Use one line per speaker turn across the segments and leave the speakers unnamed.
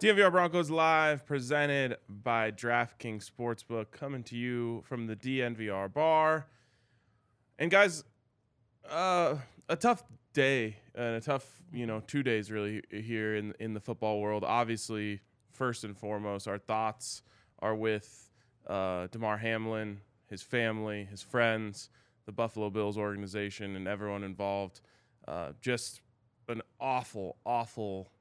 DNVR Broncos Live, presented by DraftKings Sportsbook, coming to you from the DNVR bar. And guys, uh, a tough day and a tough, you know, two days really here in in the football world. Obviously, first and foremost, our thoughts are with uh, Demar Hamlin, his family, his friends, the Buffalo Bills organization, and everyone involved. Uh, just an awful, awful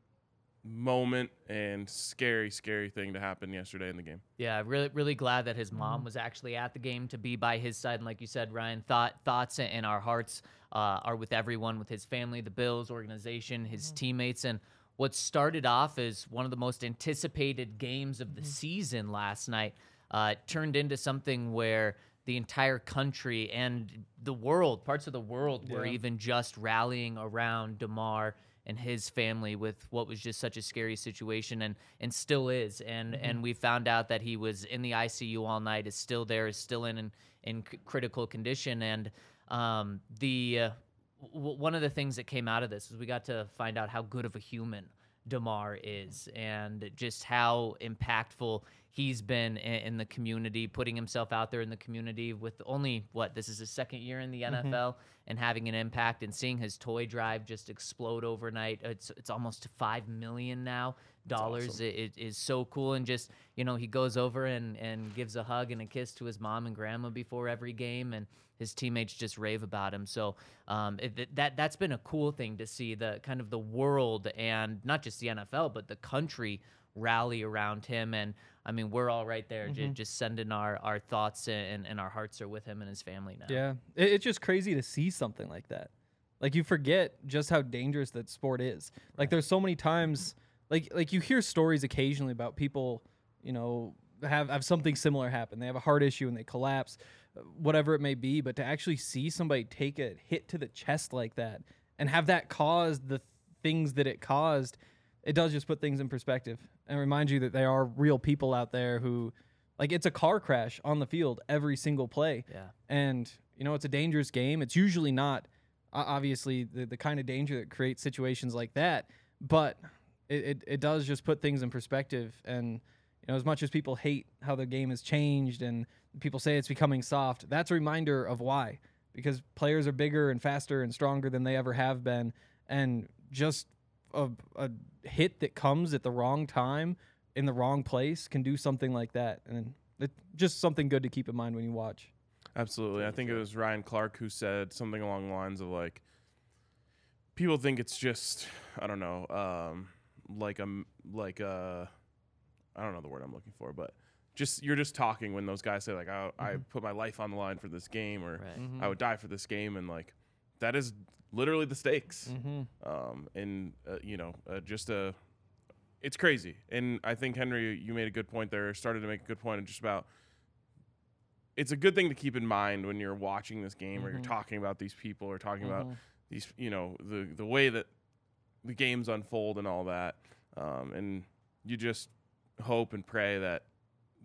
moment and scary, scary thing to happen yesterday in the game.
Yeah, really, really glad that his mom was actually at the game to be by his side. And like you said, Ryan, thought, thoughts and our hearts uh, are with everyone, with his family, the Bills organization, his teammates, and what started off as one of the most anticipated games of the season last night uh, turned into something where the entire country and the world, parts of the world, were even just rallying around Demar and his family with what was just such a scary situation and and still is and and we found out that he was in the ICU all night is still there is still in in, in c- critical condition and um the uh, w- one of the things that came out of this is we got to find out how good of a human Damar is and just how impactful he's been i- in, the community, putting himself out there in the community with only what this is his second year in the NFL and having an impact and seeing his toy drive just explode overnight. It's it's almost to five million now dollars. It, it is so cool and just you know he goes over and and gives a hug and a kiss to his mom and grandma before every game and his teammates just rave about him. So um, it, th- that that's been a cool thing to see the kind of the world and not just the NFL but the country rally around him. And I mean, we're all right there, ju- just sending our our thoughts and and our hearts are with him and his family now.
Yeah, it, it's just crazy to see something like that. Like you forget just how dangerous that sport is. Like there's so many times, like like you hear stories occasionally about people, you know, have have something similar happen. They have a heart issue and they collapse, uh, whatever it may be. But to actually see somebody take a hit to the chest like that and have that cause the things that it caused, it does just put things in perspective and remind you that there are real people out there who like it's a car crash on the field every single play.
Yeah.
And you know, it's a dangerous game. It's usually not o- obviously the, the kind of danger that creates situations like that, but it, it, it does just put things in perspective and you know, as much as people hate how the game has changed and people say it's becoming soft, that's a reminder of why. Because players are bigger and faster and stronger than they ever have been. And just a, a hit that comes at the wrong time in the wrong place can do something like that. And it, just something good to keep in mind when you watch.
Absolutely. I think it was Ryan Clark who said something along the lines of like, people think it's just, I don't know, um, like a, like a, I don't know the word I'm looking for, but just, you're just talking when those guys say like, I, I put my life on the line for this game or
Right.
I would die for this game. And like, that is literally the
Mm-hmm.
stakes. Um, and, uh, you know, uh, just a, it's crazy. And I think Henry, you made a good point there, started to make a good point just about it's a good thing to keep in mind when you're watching this game or you're talking about these people or talking
Mm-hmm.
about these you know the the way that the games unfold and all that um, and you just hope and pray that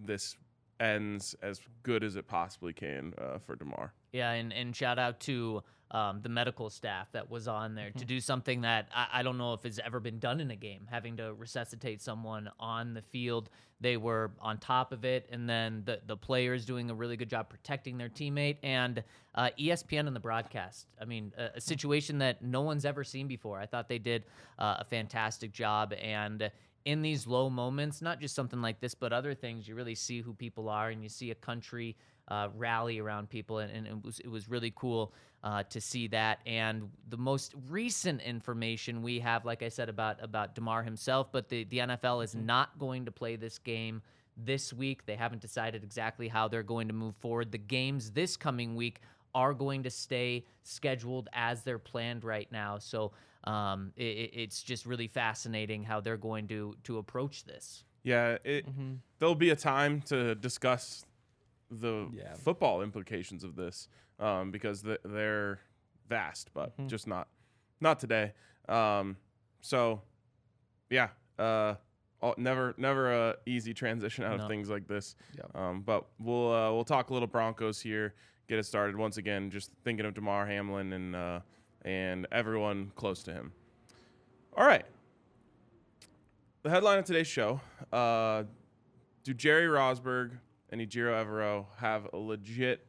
this ends as good as it possibly can uh, for Demar.
Yeah, and, and shout out to um, the medical staff that was on there to do something that I, I don't know if has ever been done in a game, having to resuscitate someone on the field. They were on top of it, and then the, the players doing a really good job protecting their teammate, and uh, ESPN and the broadcast. I mean, a, a situation that no one's ever seen before. I thought they did uh, a fantastic job, and in these low moments, not just something like this, but other things, you really see who people are and you see a country uh, rally around people. And, and it, was, it was really cool uh, to see that. And the most recent information we have, like I said, about, about DeMar himself, but the, the NFL is not going to play this game this week. They haven't decided exactly how they're going to move forward. The games this coming week are going to stay scheduled as they're planned right now. So um, i i- it's just really fascinating how they're going to to approach this.
Yeah, it,
Mm-hmm.
there'll be a time to discuss the
Yeah.
football implications of this um, because th- they're vast, but
Mhm.
just not not today. Um, so, yeah, uh, all, never never a easy transition out
No.
of things like this.
Yep.
Um, but we'll uh, we'll talk a little Broncos here. Get it started once again. Just thinking of Damar Hamlin and uh, and everyone close to him. All right. The headline of today's show: uh, Do Jerry Rosberg and Ejiro Evero have a legit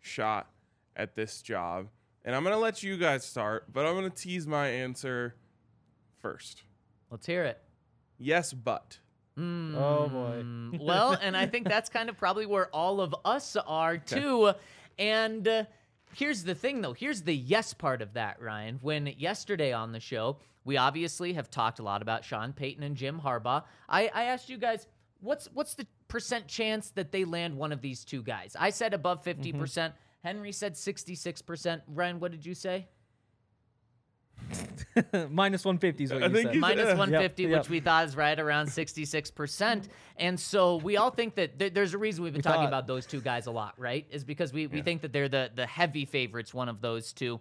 shot at this job? And I'm gonna let you guys start, but I'm gonna tease my answer first.
Let's hear it.
Yes, but
Oh, boy.
Mm, well, and I think that's kind of probably where all of us are too. And uh, here's the thing, though. Here's the yes part of that, Ryan. When yesterday on the show, we obviously have talked a lot about Sean Payton and Jim Harbaugh. I, I asked you guys, what's what's the percent chance that they land one of these two guys? I said above fifty
Mm-hmm.
percent. Henry said sixty-six percent. Ryan, what did you say?
Mm-hmm. Minus 150 is what
I
you
think
said.
he's-
minus
Yep,
150,
yep.
which we thought is right around 66%. And so we all think that th- there's a reason we've been talking
thought.
about those two guys a lot, right? Is because we, we think that they're the, the heavy favorites, one of those two.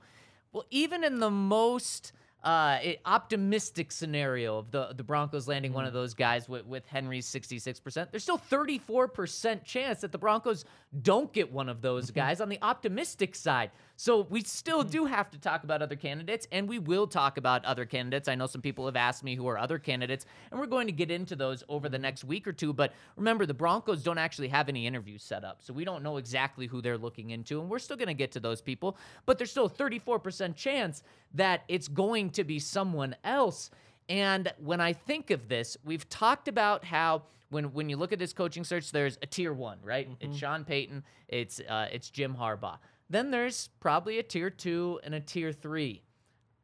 Well, even in the most uh, i- optimistic scenario of the, the Broncos landing one of those guys with, with Henry's 66%, there's still 34% chance that the Broncos don't get one of those guys on the optimistic side. So we still do have to talk about other candidates, and we will talk about other candidates. I know some people have asked me who are other candidates, and we're going to get into those over the next week or two. But remember, the Broncos don't actually have any interviews set up, so we don't know exactly who they're looking into, and we're still going to get to those people. But there's still a 34% chance that it's going to be someone else. And when I think of this, we've talked about how when when you look at this coaching search, there's a tier one, right? It's Sean Payton, it's uh, it's Jim Harbaugh. Then there's probably a tier two and a tier three.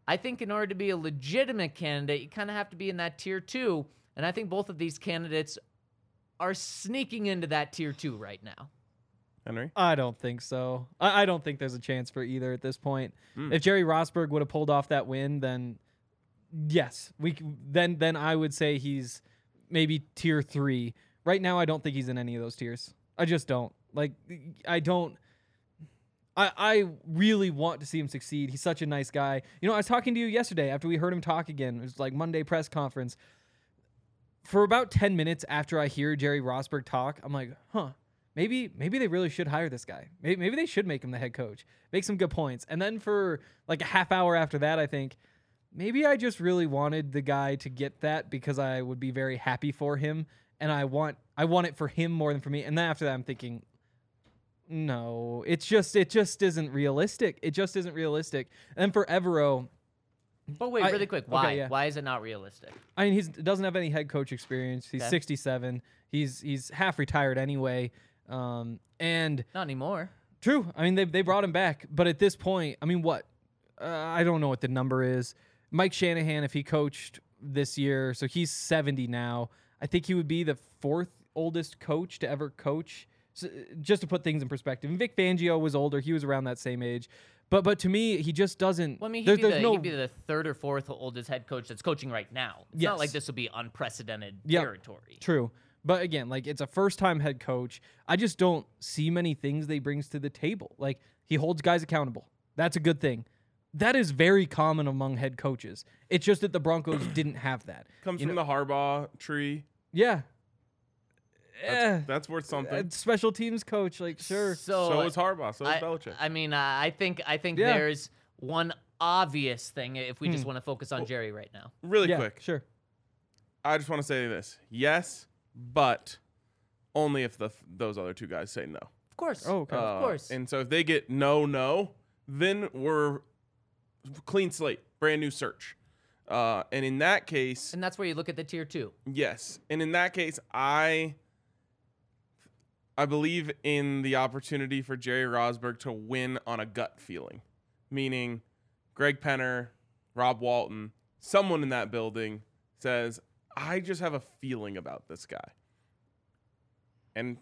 I think in order to be a legitimate candidate, you kind of have to be in that tier two. And I think both of these candidates are sneaking into that tier two right now.
Henry,
I don't think so. I, I don't think there's a chance for either at this point. If Jerry Rosberg would have pulled off that win, then yes, we c- then then I would say he's maybe tier three. Right now, I don't think he's in any of those tiers. I just don't like. I don't. I, I really want to see him succeed. He's such a nice guy. You know, I was talking to you yesterday after we heard him talk again. It was like Monday press conference. For about 10 minutes after I hear Jerry Rosberg talk, I'm like, huh, maybe maybe they really should hire this guy. Maybe, maybe they should make him the head coach. Make some good points. And then for like a half hour after that, I think maybe I just really wanted the guy to get that because I would be very happy for him and I want I want it for him more than for me. And then after that, I'm thinking, no, it's just it just isn't realistic. It just isn't realistic. And for Evero,
But wait,
I-
really quick,
okay,
why?
yeah.
Why is it not realistic?
I mean, he doesn't have any head coach experience. He's
Okay.
67. He's he's half retired anyway. Um, and
Not anymore.
True. I mean, they they brought him back, but at this point, I mean, what? Uh, I don't know what the number is. Mike Shanahan, if he coached this year, so he's seventy now. I think he would be the fourth oldest coach to ever coach. So, uh, just to put things in perspective, and Vic Fangio was older; he was around that same age. But but to me, he just doesn't.
Well, I mean, he'd,
there-
be
there's
the,
no
he'd be the third or fourth oldest head coach that's coaching right now. It's not like
Yes.
this will be unprecedented
Yep.
territory.
True. But again, like it's a first time head coach. I just don't see many things they brings to the table. Like he holds guys accountable. That's a good thing. That is very common among head coaches. It's just that the Broncos didn't have that.
comes from the Harbaugh tree.
Yeah. Eh,
That's worth something.
a special teams coach, like sure.
So,
so is Harbaugh. So is
Uh, I,
Belichick.
I mean, uh, I think I think
Yeah. Hmm.
there's one obvious thing if we just want to focus on Jerry right now.
really
Yeah,
quick,
sure.
I just want to say this: yes, but only if the f- those other two guys say no.
Of course.
Oh, okay.
Uh,
Of course.
And so if they get no, no, then we're clean slate, brand new search. Uh, and in that case,
and that's where you look at the tier two.
Yes, and in that case, I I believe in the opportunity for Jerry Rosberg to win on a gut feeling, meaning Greg Penner, Rob Walton, someone in that building says, "I just have a feeling about this guy," and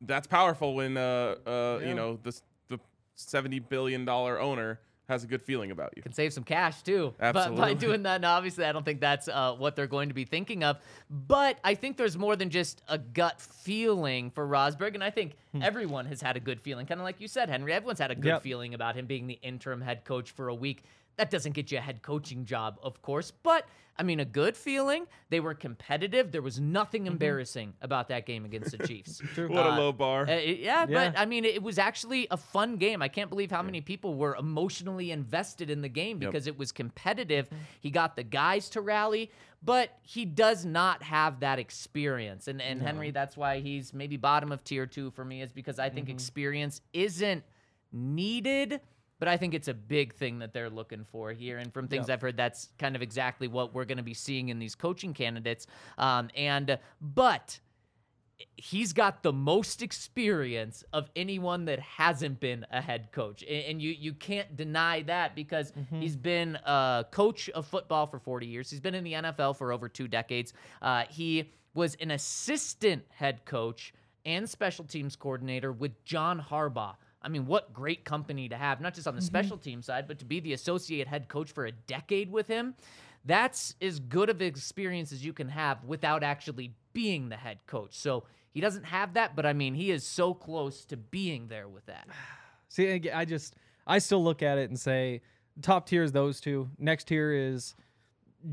that's powerful when uh, uh,
Yeah.
you know the the seventy billion dollar owner has a good feeling about you.
can save some cash too. But by
Absolutely.
doing that, and obviously, I don't think that's uh, what they're going to be thinking of. But I think there's more than just a gut feeling for Rosberg, and I think
Hmm.
everyone has had a good feeling, kind of like you said, Henry. Everyone's had a good
Yep.
feeling about him being the interim head coach for a week. That doesn't get you a head coaching job, of course, but I mean, a good feeling. They were competitive. There was nothing embarrassing about that game against the Chiefs.
True.
Mm-hmm. What
Uh,
a low bar.
Uh, it- yeah,
Yeah.
but I mean, it was actually a fun game. I can't believe how many people were emotionally invested in the game because it was competitive. He got the guys to rally, but he does not have that experience. And and Henry, that's why he's maybe bottom of tier two for me, is because I think experience isn't needed. But I think it's a big thing that they're looking for here. And from things I've heard, that's kind of exactly what we're going to be seeing in these coaching candidates. Um, and, but he's got the most experience of anyone that hasn't been a head coach A- and, you you can't deny that because he's been a coach of football for 40 years he's been in the NFL for over two decades uh, he was an assistant head coach and special teams coordinator with John Harbaugh I mean, what great company to have, not just on the special team side, but to be the associate head coach for a decade with him. That's as good of experience as you can have without actually being the head coach. So he doesn't have that, but I mean, he is so close to being there with that.
See, ag- I just I still look at it and say top tier is those two. Next tier is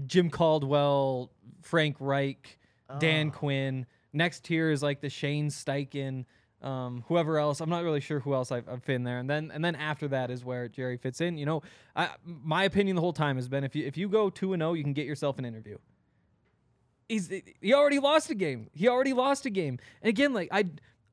Jim Caldwell, Frank Reich, Dan Quinn. Next tier is like the Shane Steichen, um, whoever else. I'm not really sure who else I've, I've been there. And then and then after that is where Jerry fits in. You know, I, my opinion the whole time has been if you if you go two and zero, you can get yourself an interview he's he already lost a game. He already lost a game. And again, like I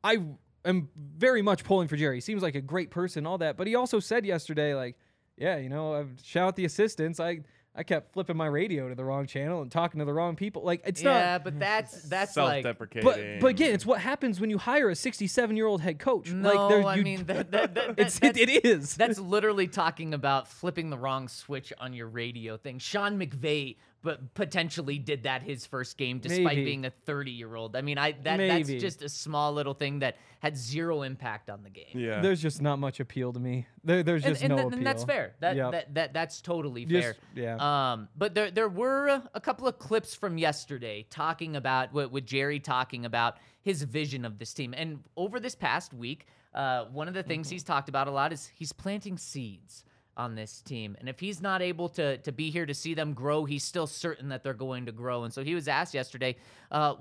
I am very much pulling for Jerry. He seems like a great person, all that. But he also said yesterday, like, yeah, you know, I've shout out the assistants. I I kept flipping my radio to the wrong channel and talking to the wrong people. Like it's
yeah,
not
but that's that's like
Self-deprecating.
but but again, it's what happens when you hire a 67 year old head coach.
no.
like there,
I
you,
mean, that, that, that,
it's
that-
it, it is.
That's literally talking about flipping the wrong switch on your radio thing. Sean McVay but potentially did that his first game despite
Maybe.
being a 30 year old. I mean, I that, that's
Maybe.
just a small little thing that had zero impact on the game.
yeah.
There's just not much appeal to me. There, there's
And,
just
and,
no
th-
appeal.
and that's fair. That,
Yep.
that that that's totally fair.
Just- yeah.
Um, but there there were a couple of clips from yesterday talking about with, with Jerry talking about his vision of this team, and over this past week, uh, one of the things
Mm-hmm.
he's talked about a lot is he's planting seeds on this team, and if he's not able to to be here to see them grow, he's still certain that they're going to grow. And so he was asked yesterday, uh,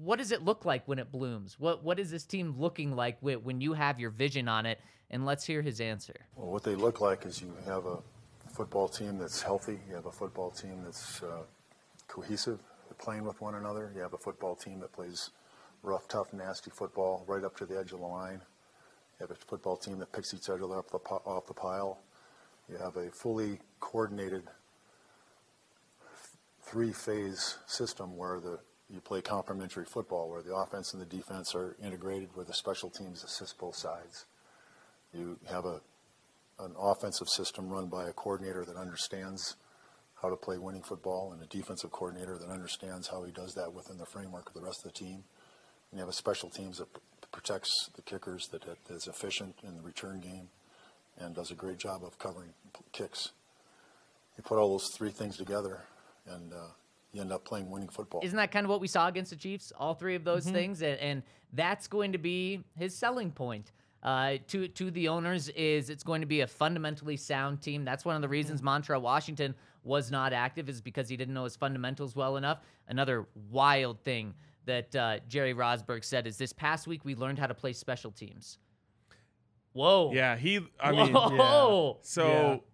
what does it look like when it blooms? What what is this team looking like whe- when you have your vision on it? And let's hear his answer.
Well, what they look like is you have a football team that's healthy. You have a football team that's uh, cohesive, playing with one another. You have a football team that plays rough, tough, nasty football right up to the edge of the line. You have a football team that picks each other up the, pi- off the pile. You have a fully coordinated three-phase system where the you play complementary football, where the offense and the defense are integrated, where the special teams assist both sides. You have a an offensive system run by a coordinator that understands how to play winning football and a defensive coordinator that understands how he does that within the framework of the rest of the team. And you have a special teams that p- protects the kickers that that is efficient in the return game and does a great job of covering p- kicks. You put all those three things together and uh, you end up playing winning football.
Isn't that kind of what we saw against the Chiefs? All three of
Mm-hmm.
those things, and, and that's going to be his selling point uh, to to the owners. Is it's going to be a fundamentally sound team. That's one of
Mm-hmm.
the reasons Montreal Washington was not active is because he didn't know his fundamentals well enough. Another wild thing that uh, Jerry Rosberg said is this past week we learned how to play special teams. Whoa!
yeah, he I mean
Whoa!
So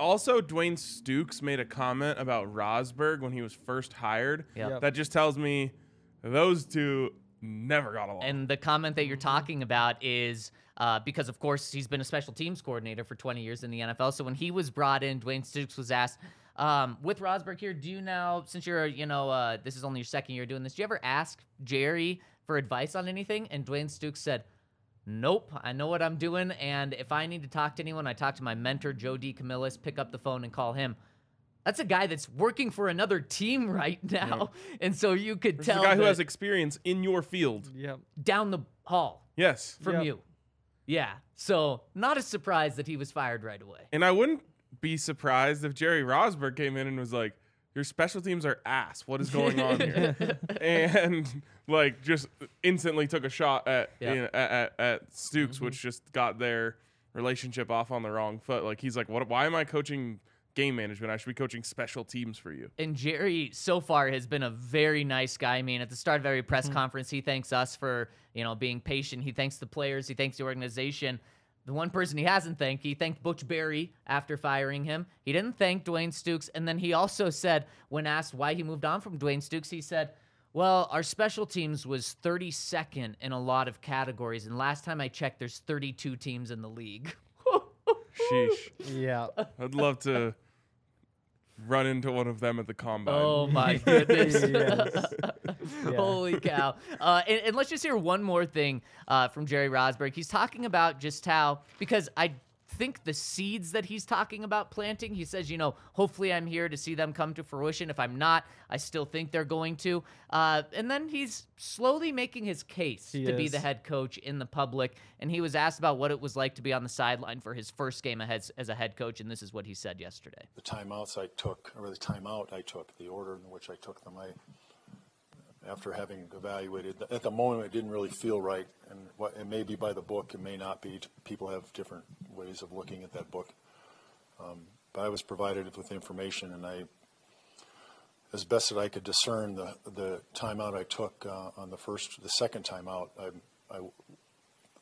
also Dwayne Stukes made a comment about Rosberg when he was first hired.
Yep. Yep.
That just tells me those two never got along.
And the comment that you're
Mm-hmm.
talking about is uh, because, of course, he's been a special teams coordinator for 20 years in the NFL. So when he was brought in, Dwayne Stukes was asked, um, with Rosberg here, do you now, since you're, you know, uh, this is only your second year doing this, do you ever ask Jerry for advice on anything? And Dwayne Stukes said, Nope, I know what I'm doing. And if I need to talk to anyone, I talk to my mentor, Joe D. Camillus, pick up the phone and call him. That's a guy that's working for another team right now. And so you could
This is
tell
a guy who
that
has experience in your field.
Yep.
down the hall
Yes.
from
Yep.
you. Yeah. So not a surprise that he was fired right away.
And I wouldn't be surprised if Jerry Rosberg came in and was like, "Your special teams are ass. What is going on here?" and like just instantly took a shot at
Yeah. Mm-hmm.
you know, at, at, at Stukes, which just got their relationship off on the wrong foot. Like he's like, "What? Why am I coaching game management? I should be coaching special teams for you."
and Jerry so far has been a very nice guy. I mean, at the start of every press conference, he thanks us for you know being patient. He thanks the players. He thanks the organization. The one person he hasn't thanked, he thanked Butch Berry after firing him. He didn't thank Dwayne Stukes, and then he also said, when asked why he moved on from Dwayne Stukes, he said, "Well, our special teams was 32nd in a lot of categories, and last time I checked, there's 32 teams in the league."
Sheesh.
Yeah.
I'd love to run into one of them at the combine.
Oh my goodness.
Yes.
Holy cow. Uh, and, and let's just hear one more thing uh, from Jerry Rosberg. He's talking about just how, because I think the seeds that he's talking about planting, he says, you know, hopefully I'm here to see them come to fruition. If I'm not, I still think they're going to. Uh, and then he's slowly making his case
He
to be
is.
the head coach in the public. And he was asked about what it was like to be on the sideline for his first game ahead, as a head coach. And this is what he said yesterday.
the timeouts I took, or the timeout I took, the order in which I took them, I, after having evaluated, at the moment it didn't really feel right, and what, it may be by the book, it may not be. People have different ways of looking at that book. Um, but I was provided with information, and I, as best that I could discern, the the timeout I took uh, on the first, the second timeout, I, I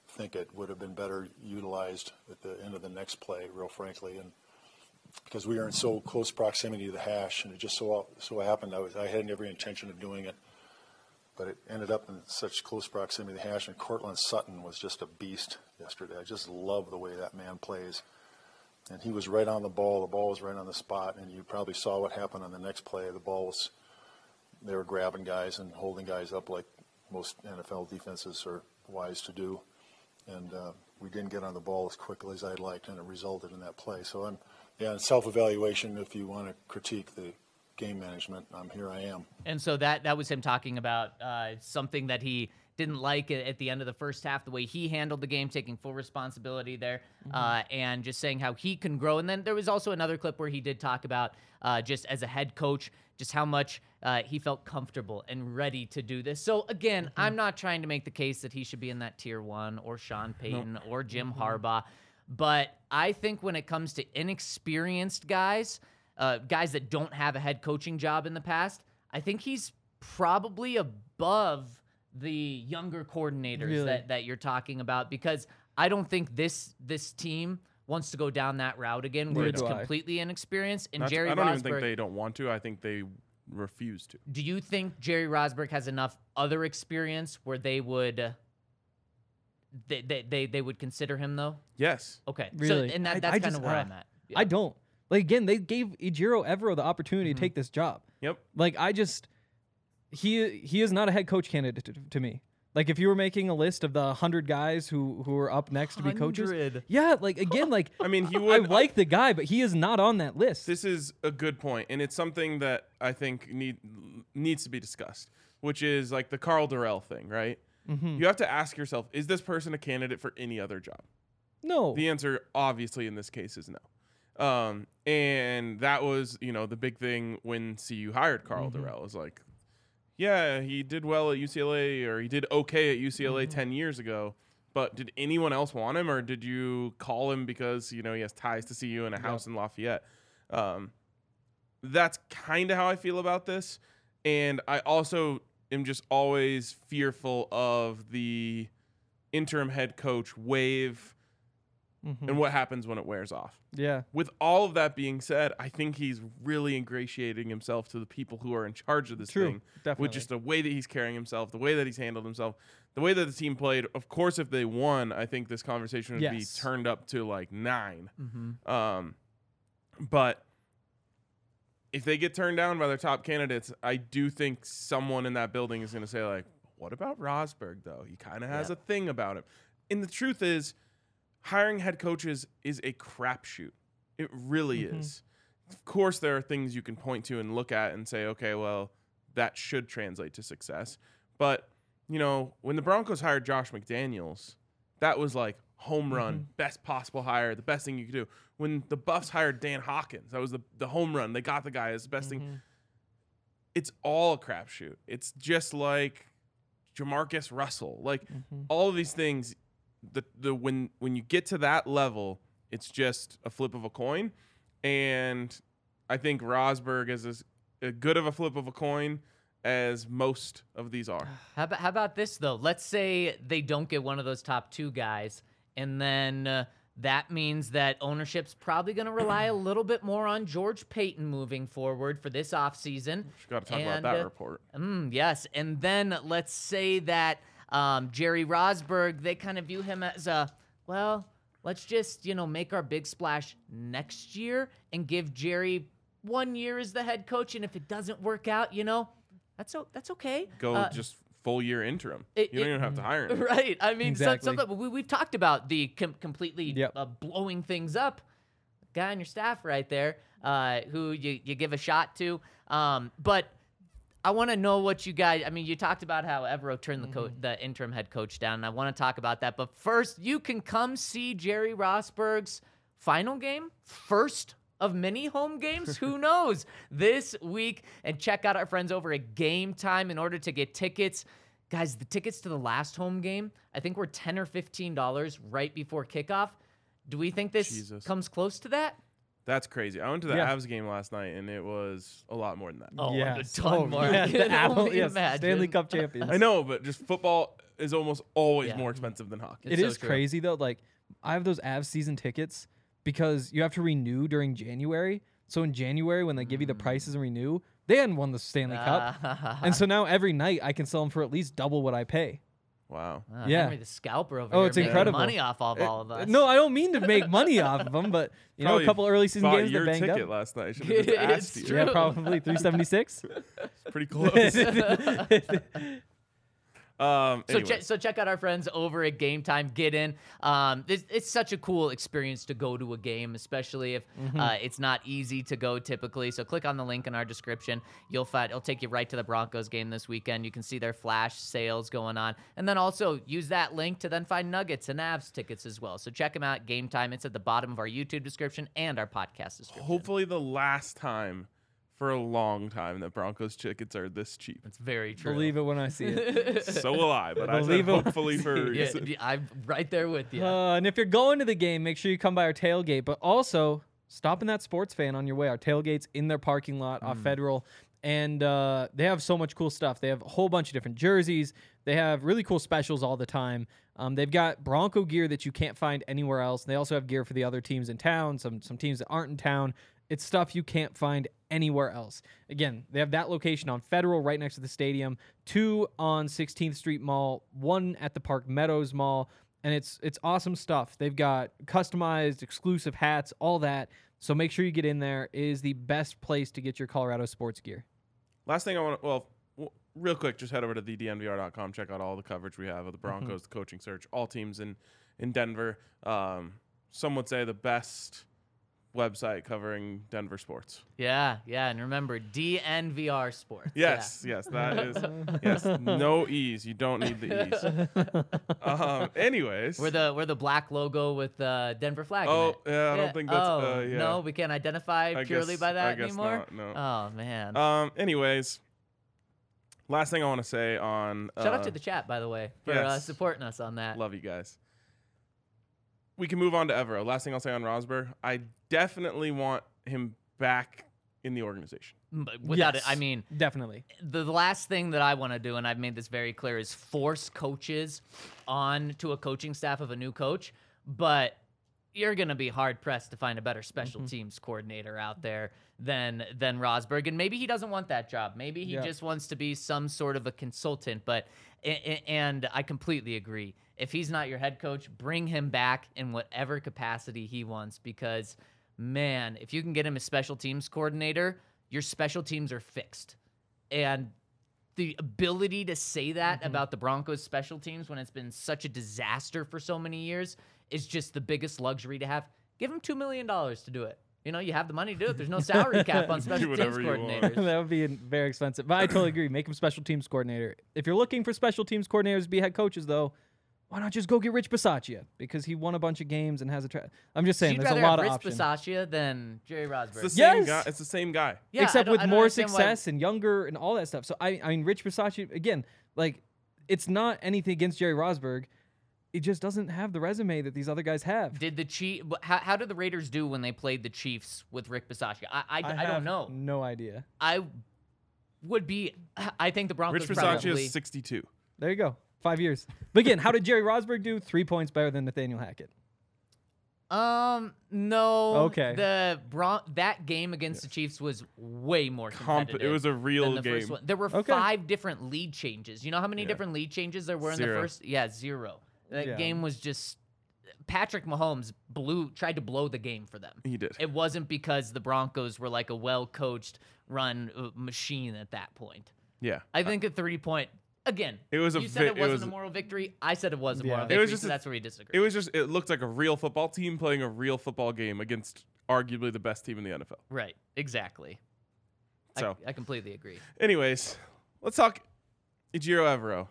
think it would have been better utilized at the end of the next play, real frankly, and because we were in so close proximity to the hash, and it just so so happened I was I had every intention of doing it, but it ended up in such close proximity to the hash. And Cortland Sutton was just a beast yesterday. I just love the way that man plays, and he was right on the ball. The ball was right on the spot, and you probably saw what happened on the next play. The ball was they were grabbing guys and holding guys up like most NFL defenses are wise to do, and uh, we didn't get on the ball as quickly as I'd liked, and it resulted in that play. So I'm, yeah, in self-evaluation, if you want to critique the game management, I'm here. I am.
And so that that was him talking about uh, something that he didn't like a- at the end of the first half, the way he handled the game, taking full responsibility there, uh, and just saying how he can grow. And then there was also another clip where he did talk about uh, just as a head coach, just how much uh, he felt comfortable and ready to do this. So again, I'm not trying to make the case that he should be in that tier one or Sean Payton or Jim Harbaugh, but I think when it comes to inexperienced guys, uh, guys that don't have a head coaching job in the past, I think he's probably above the younger coordinators
Really?
that, that you're talking about because I don't think this this team wants to go down that route again where
Neither
it's
do I.
completely inexperienced. And
Not-
Jerry
I don't
Rosberg,
even think they don't want to. I think they refuse to.
do you think Jerry Rosberg has enough other experience where they would uh, they they they, they would consider him though?
Yes.
Okay,
Really?
so, and
I-
that, that's
I
kind
just-
of where
I-
I'm at. Yeah.
I don't. Like again, they gave Ejiro Evero the opportunity
Mm-hmm.
to take this job.
Yep.
Like I just he he is not a head coach candidate to, to me. Like if you were making a list of the hundred guys who who are up next to be coaches,
100.
yeah. Like again, like
I mean, he
I
would.
like the guy, but he is not on that list.
This is a good point, and it's something that I think need needs to be discussed, which is like the Carl Durrell thing, right? You have to ask yourself: Is this person a candidate for any other job?
no,
The answer, obviously, in this case, is no. Um, and that was, you know, the big thing when CU hired Carl Durrell is like, yeah, he did well at UCLA or he did okay at UCLA ten years ago, but did anyone else want him or did you call him because you know he has ties to CU and a house in Lafayette? Um, that's kind of how I feel about this, and I also am just always fearful of the interim head coach wave and
Hmm.
what happens when it wears off.
Mm-hmm. yeah,
With all of that being said, I think he's really ingratiating himself to the people who are in charge of this
True,
thing.
definitely.
With just the way that he's carrying himself, the way that he's handled himself, the way that the team played. Of course, if they won, I think this conversation would
Yes.
be turned up to like 9
Mm-hmm.
Um, but if they get turned down by their top candidates, I do think someone in that building is going to say like, "What about Rosberg though? He kind of has a thing about him." And the truth is, hiring head coaches is a crapshoot. It really is. Of course, there are things you can point to and look at and say, "Okay, well, that should translate to success." But you know, when the Broncos hired Josh McDaniels, that was like, home run, best possible hire, the best thing you could do. When the Buffs hired Dan Hawkins, that was the the home run. They got the guy. It's the best
Mm-hmm.
thing. It's all a crapshoot. It's just like Jamarcus Russell. Like
Mm-hmm.
all of these things, the the when when you get to that level, it's just a flip of a coin. And I think Rosberg is as a good of a flip of a coin as most of these are.
How about, how about this though? Let's say they don't get one of those top two guys, and then uh, that means that ownership's probably going to rely a little bit more on George Payton moving forward for this offseason.
Got to talk
And,
about that
uh,
report.
Mm, yes, and then let's say that um, Jerry Rosberg, they kind of view him as a well. Let's just you know make our big splash next year and give Jerry one year as the head coach, and if it doesn't work out, you know, that's o- that's okay.
Go
Uh,
just full year interim.
it-
you don't
it-
even have to hire him.
Right. I mean, some-
Exactly.
something we, we've talked about the com- completely
Yep.
uh, blowing things up. Guy on your staff right there, uh, who you, you give a shot to. Um, but I want to know what you guys. I mean, you talked about how Evero turned the
Mm-hmm.
co- the interim head coach down, and I want to talk about that. But first, you can come see Jerry Rosberg's final game, first of many home games. Who knows this week? And check out our friends over at Game Time in order to get tickets. Guys, the tickets to the last home game, I think were ten or fifteen dollars right before kickoff. Do we think this
Jesus.
comes close to that?
That's crazy. I went to the
Yeah.
Avs game last night and it was a lot more than that.
Oh,
Yes.
a ton
Oh,
more.
yeah,
You
the
can
Apple-
only
yes, Stanley
imagine.
Cup champions.
I know, but just football is almost always
Yeah.
more expensive than hockey.
It's
It
so
is
true.
crazy though. Like I have those Avs season tickets because you have to renew during January. So in January, when they give you the prices and renew, they hadn't won the Stanley Cup, and so now every night I can sell them for at least double what I pay.
Wow.
Wow,
Yeah.
Henry the scalper over
Oh,
here
it's
making
incredible.
money off of all of us.
No, I don't mean to make money off of them, but you know,
Probably
a couple early season
bought
games
your
that banged
ticket
up.
last night. Should have just
It's
asked you.
true.
yeah, probably three seventy six.
It's pretty close. um,
So,
anyways.
che- so check out our friends over at Game Time. Get in. Um, this, it's such a cool experience to go to a game, especially if
Mm-hmm.
uh, it's not easy to go typically. So click on the link in our description. You'll find it'll take you right to the Broncos game this weekend. You can see their flash sales going on, and then also use that link to then find Nuggets and Avs tickets as well. So check them out. Game Time. It's at the bottom of our YouTube description and our podcast description.
Hopefully, the last time for a long time that Broncos tickets are this cheap.
it's very true.
Believe it when I see it.
so will I, but I said
Believe it.
hopefully for a
Yeah,
reason.
yeah, I'm right there with you.
Uh, and if you're going to the game, make sure you come by our tailgate, but also stopping that sports fan on your way. Our tailgate's in their parking lot off Federal. And uh, they have so much cool stuff. They have a whole bunch of different jerseys. They have really cool specials all the time. Um, they've got Bronco gear that you can't find anywhere else. They also have gear for the other teams in town, some some teams that aren't in town. It's stuff you can't find anywhere else. Again, they have that location on Federal, right next to the stadium. Two on 16th Street Mall, one at the Park Meadows Mall and it's it's awesome stuff. They've got customized exclusive hats, all that. So make sure you get in there. It is the best place to get your Colorado sports gear.
Last thing I want to, well, w- real quick, just head over to thednvr.com, check out all the coverage we have of the
Mm-hmm.
Broncos, the coaching search, all teams in, in Denver. Um, some would say the best website covering Denver sports.
Yeah, yeah, and remember DNVR Sports. yeah.
Yes, yes, that is, yes, no E's. You don't need the E's. Um, anyways.
We're the we're the black logo with the Denver flag. in
Oh,
it.
yeah, I don't think that's-
oh,
uh, yeah.
No, we can't identify
I
purely
guess-
by
I
that
guess
anymore.
not, no.
Oh man.
um, anyways, last thing I want to say on
Shout out
uh,
to the chat, by the way, for uh,
yes.
supporting us on that.
Love you guys. We can move on to Evero. Last thing I'll say on Rosberg, I definitely want him back in the organization.
M- but Without it, I
Yes,
mean,
definitely.
the the last thing that I want to do, and I've made this very clear, is force coaches on to a coaching staff of a new coach. But you're gonna be hard pressed to find a better special teams coordinator out there than than Rosberg. And maybe he doesn't want that job. Maybe he
Yeah.
just wants to be some sort of a consultant. But a- a- and I completely agree. If he's not your head coach, bring him back in whatever capacity he wants because. Man, if you can get him a special teams coordinator, your special teams are fixed and the ability to say that about the Broncos special teams when it's been such a disaster for so many years is just the biggest luxury to have. Give them two million dollars to do it. You know, you have the money to do it. There's no salary cap on special teams
whatever you want.
coordinators.
that would be very expensive. But I totally agree. Make him special teams coordinator. If you're looking for special teams coordinators to be head coaches, though, why not just go get Rich Bisaccia because he won a bunch of games and has a track. I'm just saying,
You'd
there's
rather
a lot
have
of
Rich
options.
Bisaccia than Jerry
It's
Rosberg.
the same
Yes.
guy. It's the same guy.
Yeah, I
except
don't- I
with
don't
more
understand why-
success and younger and all that stuff. So I, I mean, Rich Versace again, like it's not anything against Jerry Rosberg. It just doesn't have the resume that these other guys have.
Did the Chief? How, how did the Raiders do when they played the Chiefs with Rick Bisaccia? I I, I
have
don't know.
No idea.
I would be. I think the Broncos
Rich
probably.
Versace is 62.
There you go. Five years. But again, how did Jerry Rosberg do? Three points better than Nathaniel Hackett.
Um, no.
Okay.
The Bron- that game against the Chiefs was way more
Comp-
competitive.
it was a
than
real
the
game.
first one. There were
Okay.
five different lead changes. You know how many
Yeah.
different lead changes there were in
Zero.
the first? Yeah, zero. That
Yeah.
game was just Patrick Mahomes blew tried to blow the game for them.
He did.
It wasn't because the Broncos were like a well coached run uh, machine at that point.
Yeah.
I think a three point again.
It was a
you said
vi-
it
it
wasn't
was-
a moral victory. I said it was a moral
Yeah.
It
victory.
was just
so
a-
that's where we disagree.
It was just it looked like a real football team playing a real football game against arguably the best team in the NFL.
right. Exactly. I-
So.
I completely agree.
Anyways, let's talk Ijiro Evero.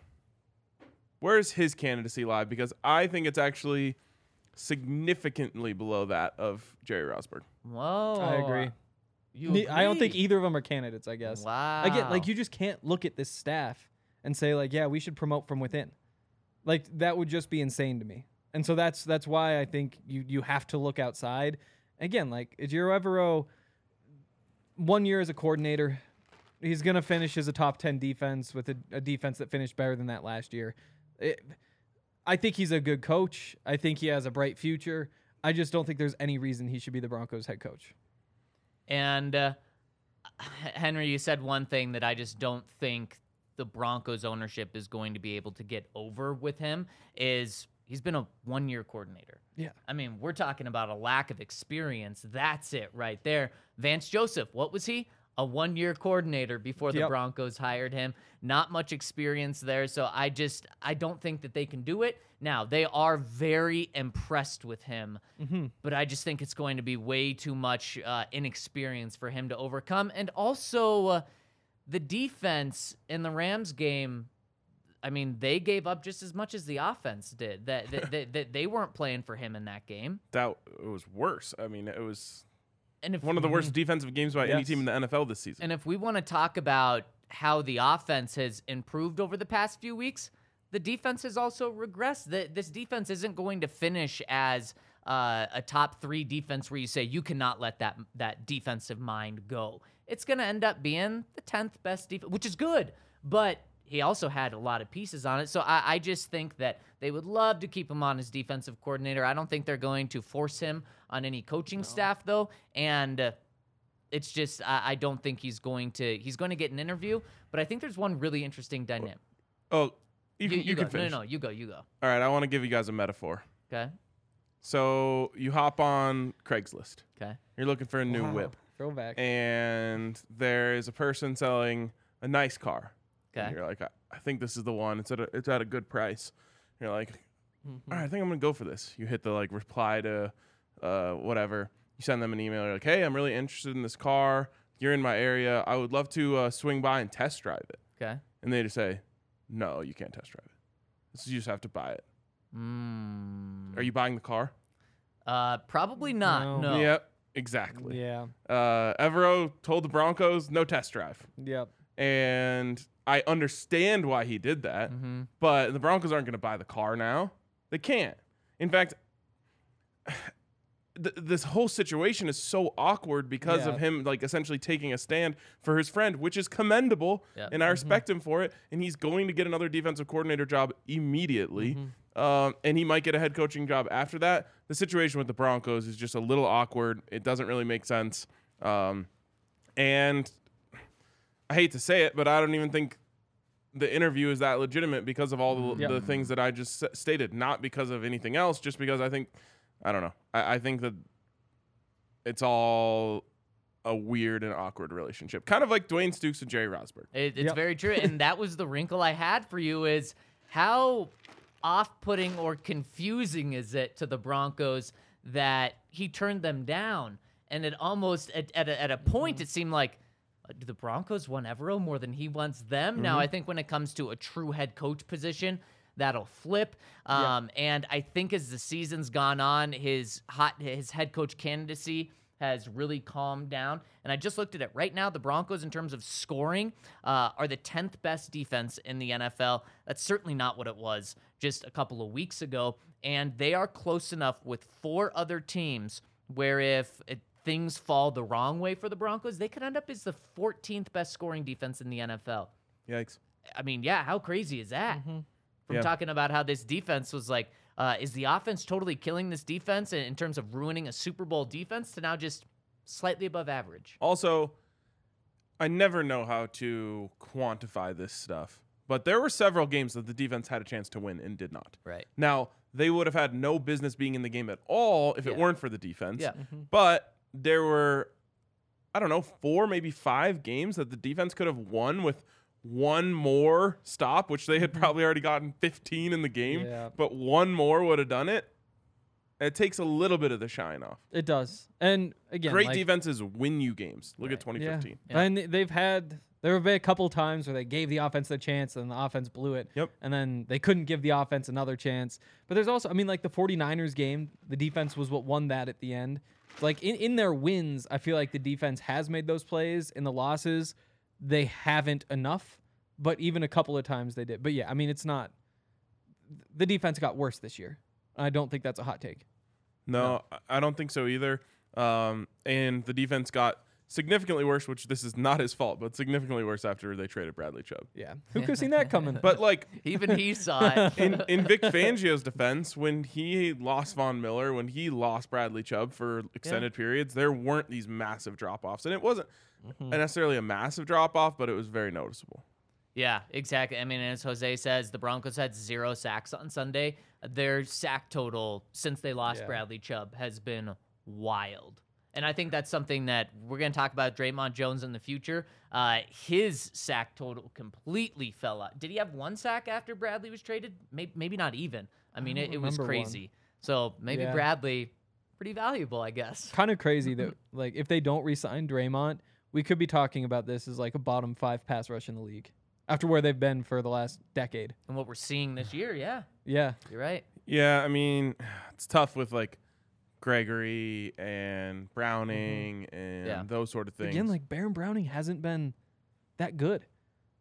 Where is his candidacy lie? Because I think it's actually significantly below that of Jerry Rosberg.
Whoa.
I agree.
Oh, You
Ne- I don't think
agree.
either of them are candidates, I guess.
Wow.
Again, like you just can't look at this staff and say like, yeah, we should promote from within. Like that would just be insane to me. And so that's that's why I think you you have to look outside. Again, like Ejiro Evero, one year as a coordinator, he's gonna finish as a top ten defense with a, a defense that finished better than that last year. It, I think he's a good coach. I think he has a bright future. I just don't think there's any reason he should be the Broncos head coach.
And uh, Henry, you said one thing that I just don't think the Broncos ownership is going to be able to get over with him is he's been a one-year coordinator.
Yeah.
I mean, we're talking about a lack of experience. That's it right there. Vance Joseph, what was he? A one year coordinator before the
Yep.
Broncos hired him. Not much experience there. So I just, I don't think that they can do it. Now, they are very impressed with him, but I just think it's going to be way too much uh, inexperience for him to overcome. And also, uh, the defense in the Rams game I mean, they gave up just as much as the offense did. That that, that, that they weren't playing for him in that game.
That was worse. I mean, it was
And if
one of the worst defensive games by any
Yes.
team in the NFL this season.
Mm-hmm. and if we want to talk about how the offense has improved over the past few weeks, the defense has also regressed. The, this defense isn't going to finish as uh, a top three defense where you say you cannot let that that defensive mind go. It's going to end up being the tenth best defense, which is good, but. He also had a lot of pieces on it. So I, I just think that they would love to keep him on as defensive coordinator. I don't think they're going to force him on any coaching staff, though. And uh, it's just I, I don't think he's going to he's going to get an interview. But I think there's one really interesting dynamic.
oh, you,
You,
can, you,
you go.
can finish.
No, no, no, you go, you go.
All right, I want to give you guys a metaphor.
Okay,
So you hop on Craigslist.
okay.
You're looking for a new
Wow.
whip.
Throwback.
and there is a person selling a nice car. And
Okay.
you're like, I, I think this is the one. It's at a, it's at a good price. You're like,
Mm-hmm.
"All right, I think I'm gonna go for this. You hit the like reply to, uh, whatever. You send them an email. You're like, Hey, I'm really interested in this car. You're in my area. I would love to uh, swing by and test drive it.
Okay.
And they just say, No, you can't test drive it. This is- you just have to buy it.
Mm,
Are you buying the car?
uh, probably not.
No.
No.
Yep. Exactly.
yeah.
Uh, Evero told the Broncos no test drive.
Yep.
and I understand why he did that. But the Broncos aren't going to buy the car now. They can't. In fact, th- this whole situation is so awkward because of
Yeah.
him, like essentially taking a stand for his friend, which is commendable,
Yeah.
and I respect him for it. And he's going to get another defensive coordinator job immediately. Um, and he might get a head coaching job after that. The situation with the Broncos is just a little awkward. It doesn't really make sense. Um, and I hate to say it, but I don't even think the interview is that legitimate because of all the,
Yeah.
the things that I just s- stated, not because of anything else, just because I think, I don't know, I, I think that it's all a weird and awkward relationship, kind of like Dwayne Stukes and Jerry Rosberg.
It, it's
Yep.
very true, and that was the wrinkle I had for you: is how off-putting or confusing is it to the Broncos that he turned them down, and it almost at at a, at a point it seemed like. uh, Do the Broncos want Evero more than he wants them? Now, I think when it comes to a true head coach position, that'll flip. Um, And I think as the season's gone on, his hot his head coach candidacy has really calmed down. And I just looked at it right now. The Broncos, in terms of scoring, uh, are the 10th best defense in the NFL. That's certainly not what it was just a couple of weeks ago. And they are close enough with four other teams where if it, things fall the wrong way for the Broncos, they could end up as the 14th best scoring defense in the NFL.
Yikes.
I mean, yeah, how crazy is that? From
Yeah.
talking about how this defense was like, uh, is the offense totally killing this defense in, in terms of ruining a Super Bowl defense to now just slightly above average?
Also, I never know how to quantify this stuff, but there were several games that the defense had a chance to win and did not.
Right.
Now, they would have had no business being in the game at all if it
Yeah.
weren't for the defense.
Yeah.
But there were, I don't know, four, maybe five games that the defense could have won with one more stop, which they had probably already gotten 15 in the game,
Mm-hmm. Yeah.
but one more would have done it. It takes a little bit of the shine off.
It does. And again,
Great
like,
defenses win you games. Look at
Right.
Yeah.
2015.
And they- they've had there have been a couple times where they gave the offense their chance and the offense blew it.
Yep.
And then they couldn't give the offense another chance. But there's also I mean like the 49ers game, the defense was what won that at the end. Like in, in their wins, I feel like the defense has made those plays. In the losses, they haven't enough. But even a couple of times they did. But yeah, I mean it's not the defense got worse this year. I don't think that's a hot take.
No, I- I don't think so either. Um, and the defense got significantly worse, which this is not his fault, but significantly worse after they traded Bradley Chubb.
Yeah. Who could have seen that coming?
But like
Even he saw it.
in, in Vic Fangio's defense, when he lost Von Miller, when he lost Bradley Chubb for extended periods, there weren't these massive drop offs. And it wasn't
Mm-hmm.
necessarily a massive drop off, but it was very noticeable.
Yeah, exactly. I mean, as Jose says, the Broncos had zero sacks on Sunday. Their sack total since they lost Bradley Chubb has been wild. And I think that's something that we're going to talk about Draymond Jones in the future. Uh, his sack total completely fell out. Did he have one sack after Bradley was traded? Maybe, maybe not even. I mean, it, it was
remember one.
crazy. So maybe
Yeah.
Bradley, pretty valuable, I guess.
kind of crazy that
Mm-hmm.
like if they don't re-sign Draymond, we could be talking about this as like a bottom five pass rush in the league after where they've been for the last decade.
And what we're seeing this year, yeah,
Yeah,
you're right.
Yeah, I mean, it's tough with like Gregory and Browning and
Yeah.
those sort of things.
Mm-hmm. again, like Baron Browning hasn't been that good.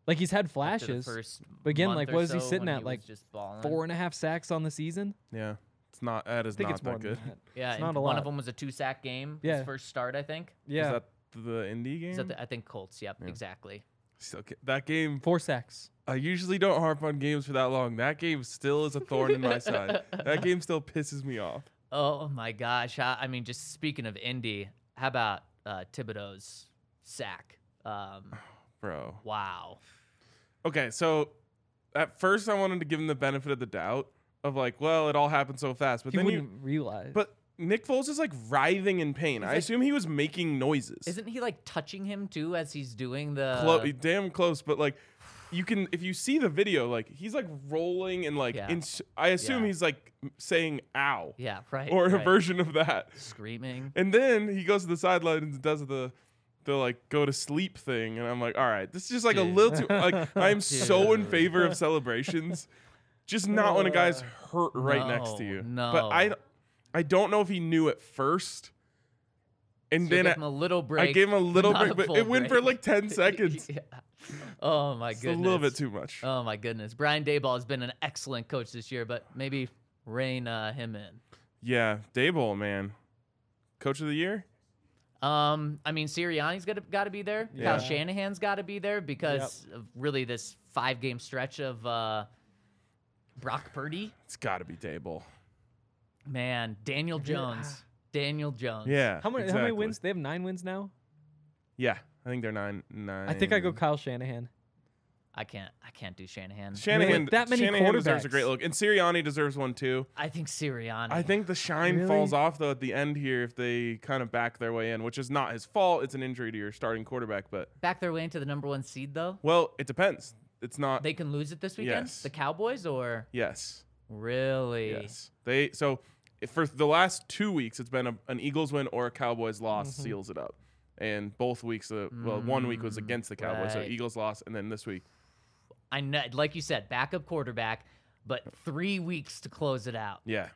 Like he's had
After the
flashes.
first
But again,
month
like,
or
what is he
so
sitting
when
at,
was
like,
just balling.
Four and a half sacks on the season.
yeah, it's not, that is
I think
not
it's more
that good.
than that.
Yeah,
It's
and
not a
one
lot.
of them was a two sack game.
Yeah.
His first start, I think.
Yeah,
Is that the indie game?
Is that the, I think Colts. Yep, exactly.
Still ca- that game,
four sacks.
I usually don't harp on games for that long. That game still is a thorn in my side. That game still pisses me off.
Oh my gosh! I, I mean, just speaking of Indy, how about uh, Thibodeau's sack? Um,
Bro.
wow.
Okay, so at first I wanted to give him the benefit of the doubt of like, well, it all happened so fast. But
He
then
wouldn't
you
realize.
but Nick Foles is like writhing in pain. I
like-
assume he was making noises.
Isn't he like touching him too as he's doing the?
Clo- damn close, but like you can if you see the video, like he's like rolling and like
Yeah.
ins- I assume
Yeah.
he's like saying ow.
yeah, right.
Or a
right.
version of that.
Screaming.
And then he goes to the sideline and does the the like go to sleep thing, and I'm like, all right, this is just like a
Dude.
little too like I'm so in
Dude. Uh,
favor of celebrations, just not when a guy's hurt right next to
no,
you. but I
no.
I don't know if he knew at first, and
So
then
give
I,
him a little break.
I gave him a little
not a
break, but
full
it went for
break.
like ten seconds.
Yeah. Oh my
It's a
goodness.
little bit too much.
Oh my goodness, Brian Dayball has been an excellent coach this year, but maybe rein uh, him in.
yeah, Dable, man, coach of the year.
Um, I mean Sirianni's got to got to be there.
Yeah.
Kyle Shanahan's got to be there because of really this five game stretch of uh, Brock Purdy,
It's got to be Dable.
man, Daniel Jones, Daniel Jones.
Yeah.
how many? How
exactly.
many wins? They have nine wins now.
Yeah, I think they're nine nine.
I think I go Kyle Shanahan.
I can't I can't do Shanahan.
Shanahan,
With that many
Shanahan deserves a
quarterbacks.
great look, and Sirianni deserves one too.
I think Sirianni.
I think the shine
Really?
falls off though at the end here if they kind of back their way in, which is not his fault. It's an injury to your starting quarterback, but
back their way into the number one seed though.
well, it depends. It's not.
They can lose it this weekend.
Yes.
The Cowboys or
yes,
really?
yes. They so if for the last two weeks it's been a, an Eagles win or a Cowboys loss seals it up, and both weeks uh, well one week was against the Cowboys, so
right.
Eagles lost, and then this week
I know, like you said, backup quarterback. but three weeks to close it out.
Yeah.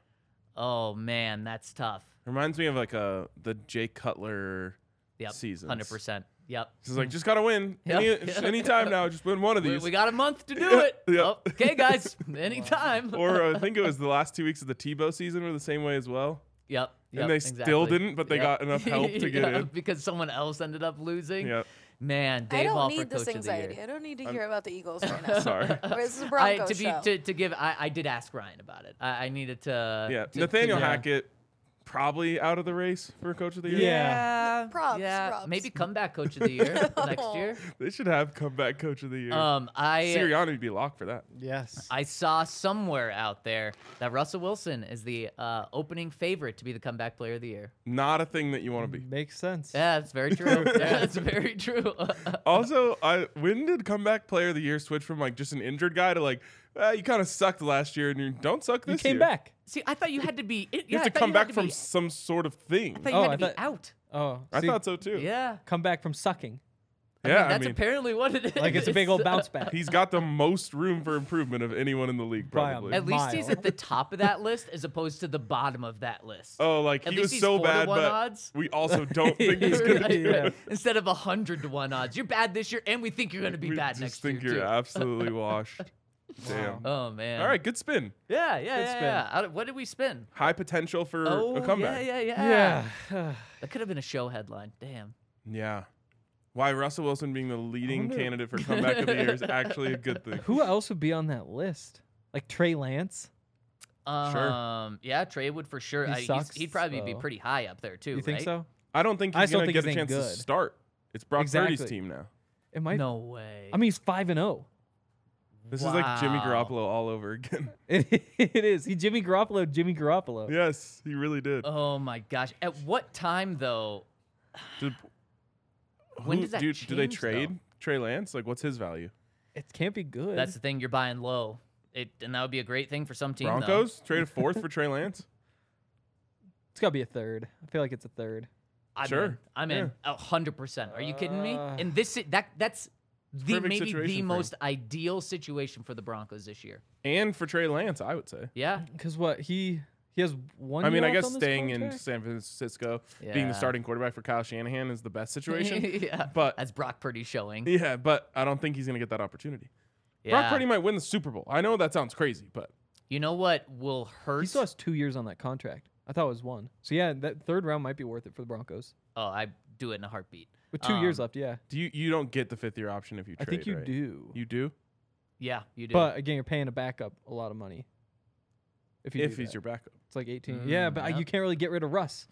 Oh man, that's tough.
Reminds me of like a the Jay Cutler
Yep,
seasons.
hundred percent. Yep.
It's like just gotta win.
Yeah.
Any, Anytime now, just win one of
We,
these.
we got a month to do it. Oh,
Yeah.
Okay, guys. Anytime.
or uh, I think it was the last two weeks of the Tebow season were the same way as well.
Yep.
And
yep,
they still
exactly.
didn't, but they got enough help to get in.
because someone else ended up losing.
Yep.
Man, Dave
I don't
Hoffer, coach
need this
of the year.
anxiety. I don't need to hear about the Eagles right now.
Sorry.
Whereas the
I,
Broncos
to be
show.
to, to give, I, I did ask Ryan about it. I, I needed to.
Yeah.
to- to
Nathaniel
know.
Hackett probably out of the race for coach of the year.
Yeah.
Yeah,
Props,
yeah.
props.
Maybe comeback coach of the year next year.
They should have comeback coach of the year.
Um, I
Sirianni would be locked for that.
Yes.
I saw somewhere out there that Russell Wilson is the uh, opening favorite to be the comeback player of the year.
Not a thing that you want to be.
Makes sense.
Yeah, that's very true. yeah, that's very true.
Also, I when did comeback player of the year switch from like just an injured guy to like "Ah, you kind of sucked last year and you don't suck
You
this
came
year.
back.
See, I thought you had to be. It,
You
yeah, I
have
thought
to come
had
back from
be-
some sort of thing.
I thought you
Oh,
had
I
to be
thought-
out.
Oh,
I
see,
thought so too.
Yeah.
Come back from sucking.
yeah.
That's
I mean,
apparently what it is.
Like it's a big old bounce
uh,
back.
he's got the most room for improvement of anyone in the league,
By a
probably.
At least he's
mile.
at the top of that list as opposed to the bottom of that list.
Oh, like
At
he
least
was
he's
so
four to
bad,
one
but
odds.
we also don't think he's
He's
gonna.
good. Yeah.
Instead of a hundred to one odds, you're bad this year, and we think you're going to be
we
bad
just
next
think
year.
you're
too.
absolutely washed. Damn.
Oh man!
All right, good spin.
Yeah, yeah,
Good
yeah.
spin.
yeah. How did- what did we spin?
High potential for
Oh,
a comeback.
yeah, yeah, yeah,
Yeah.
That could have been a show headline. Damn.
Yeah. Why Russell Wilson being the leading
wonder-
candidate for comeback of the year is actually a good thing.
Who else would be on that list? Like Trey Lance?
Um,
Sure.
Yeah, Trey would for sure.
He
I- he's-
sucks,
he'd probably be
though.
pretty high up there too.
You think
right?
so?
I don't think
I
he's
still
going to
think
get
he's
a
ain't
chance to
good.
start. It's Brock Purdy's
Exactly.
team now.
It might.
No way.
I mean, he's five and oh. zero.
This is like Jimmy
Wow.
Garoppolo all over again.
It, it is. He Jimmy Garoppolo. Jimmy Garoppolo.
yes, he really did.
Oh my gosh! At what time though?
Did-
When
who-
does that
do, do they
change, though?
trade Trey Lance? Like, what's his value?
It can't be good.
That's the thing. You're buying low. It, and that would be a great thing for some team. though.
Broncos trade a fourth for Trey Lance.
it's gotta be a third. I feel like it's a third.
I'm
Sure.
In. I'm in. A hundred percent. Are you kidding me?
Uh,
And this i- that that's the
perfect
maybe
situation for
the
him.
most ideal situation for the Broncos this year.
And for Trey Lance, I would say.
Yeah.
Cause what he he has one.
I mean,
year
I
left
guess
on this
staying in
contract?
San Francisco, being
Yeah.
the starting quarterback for Kyle Shanahan is the best situation.
yeah.
But
as Brock Purdy showing.
yeah, but I don't think he's going to get that opportunity. Brock
Yeah.
Purdy might win the Super Bowl. I know that sounds crazy, but
You know what will hurt?
He still has two years on that contract. I thought it was one. So yeah, that third round might be worth it for the Broncos.
oh, I do it in a heartbeat.
With two years
Um,
left, yeah.
do you you don't get the fifth year option if you
I
trade?
think you
right?
do.
You do
Yeah, you do.
But again, you're paying a backup a lot of money. If you
if
do
he's
that.
your backup.
it's like 18. yeah,
Mm,
but uh,
yeah.
you can't really get rid of Russ.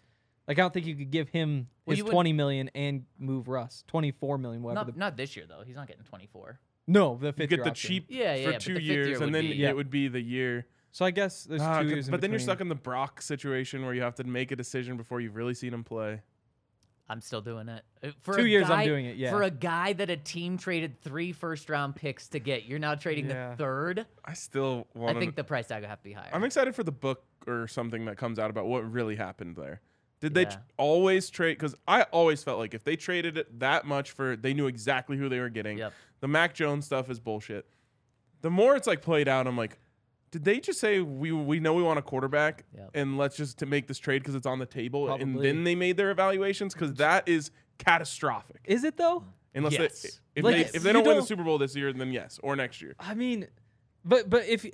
Like I don't think you could give him
Well,
his
you would-
20 million and move Russ 24 million. Whatever.
not
the,
not this year though. He's not getting 24.
no, the
You
fifth
get
year
the
option.
cheap
Yeah, yeah,
for
yeah, but the
two
fifth
years,
year would
and then
be-
Yeah.
it would be the year.
So I guess there's
Ah,
two
good-
years. in
but then you're
between.
stuck in the Brock situation where you have to make a decision before you've really seen him play.
I'm still doing it. Uh, For
Two
a
years I'm
guy-
doing it, yeah.
For a guy that a team traded three first round picks to get, you're now trading
Yeah.
the third.
I still
I
want.
think the price tag would have to be higher.
I'm excited for the book or something that comes out about what really happened there. Did they tr-
Yeah.
always trade? Because I always felt like if they traded it that much for, they knew exactly who they were getting.
Yep.
The Mac Jones stuff is bullshit. The more it's like played out, I'm like, did they just say we we know we want a quarterback
Yep.
and let's just to make this trade because it's on the table and
Probably.
then they made their evaluations because that is catastrophic.
Is it though?
Unless they
Yes.
if
Like,
they
Yes.
if they
you
don't win the
don't-
Super Bowl this year, then yes, or next year.
I mean, but but if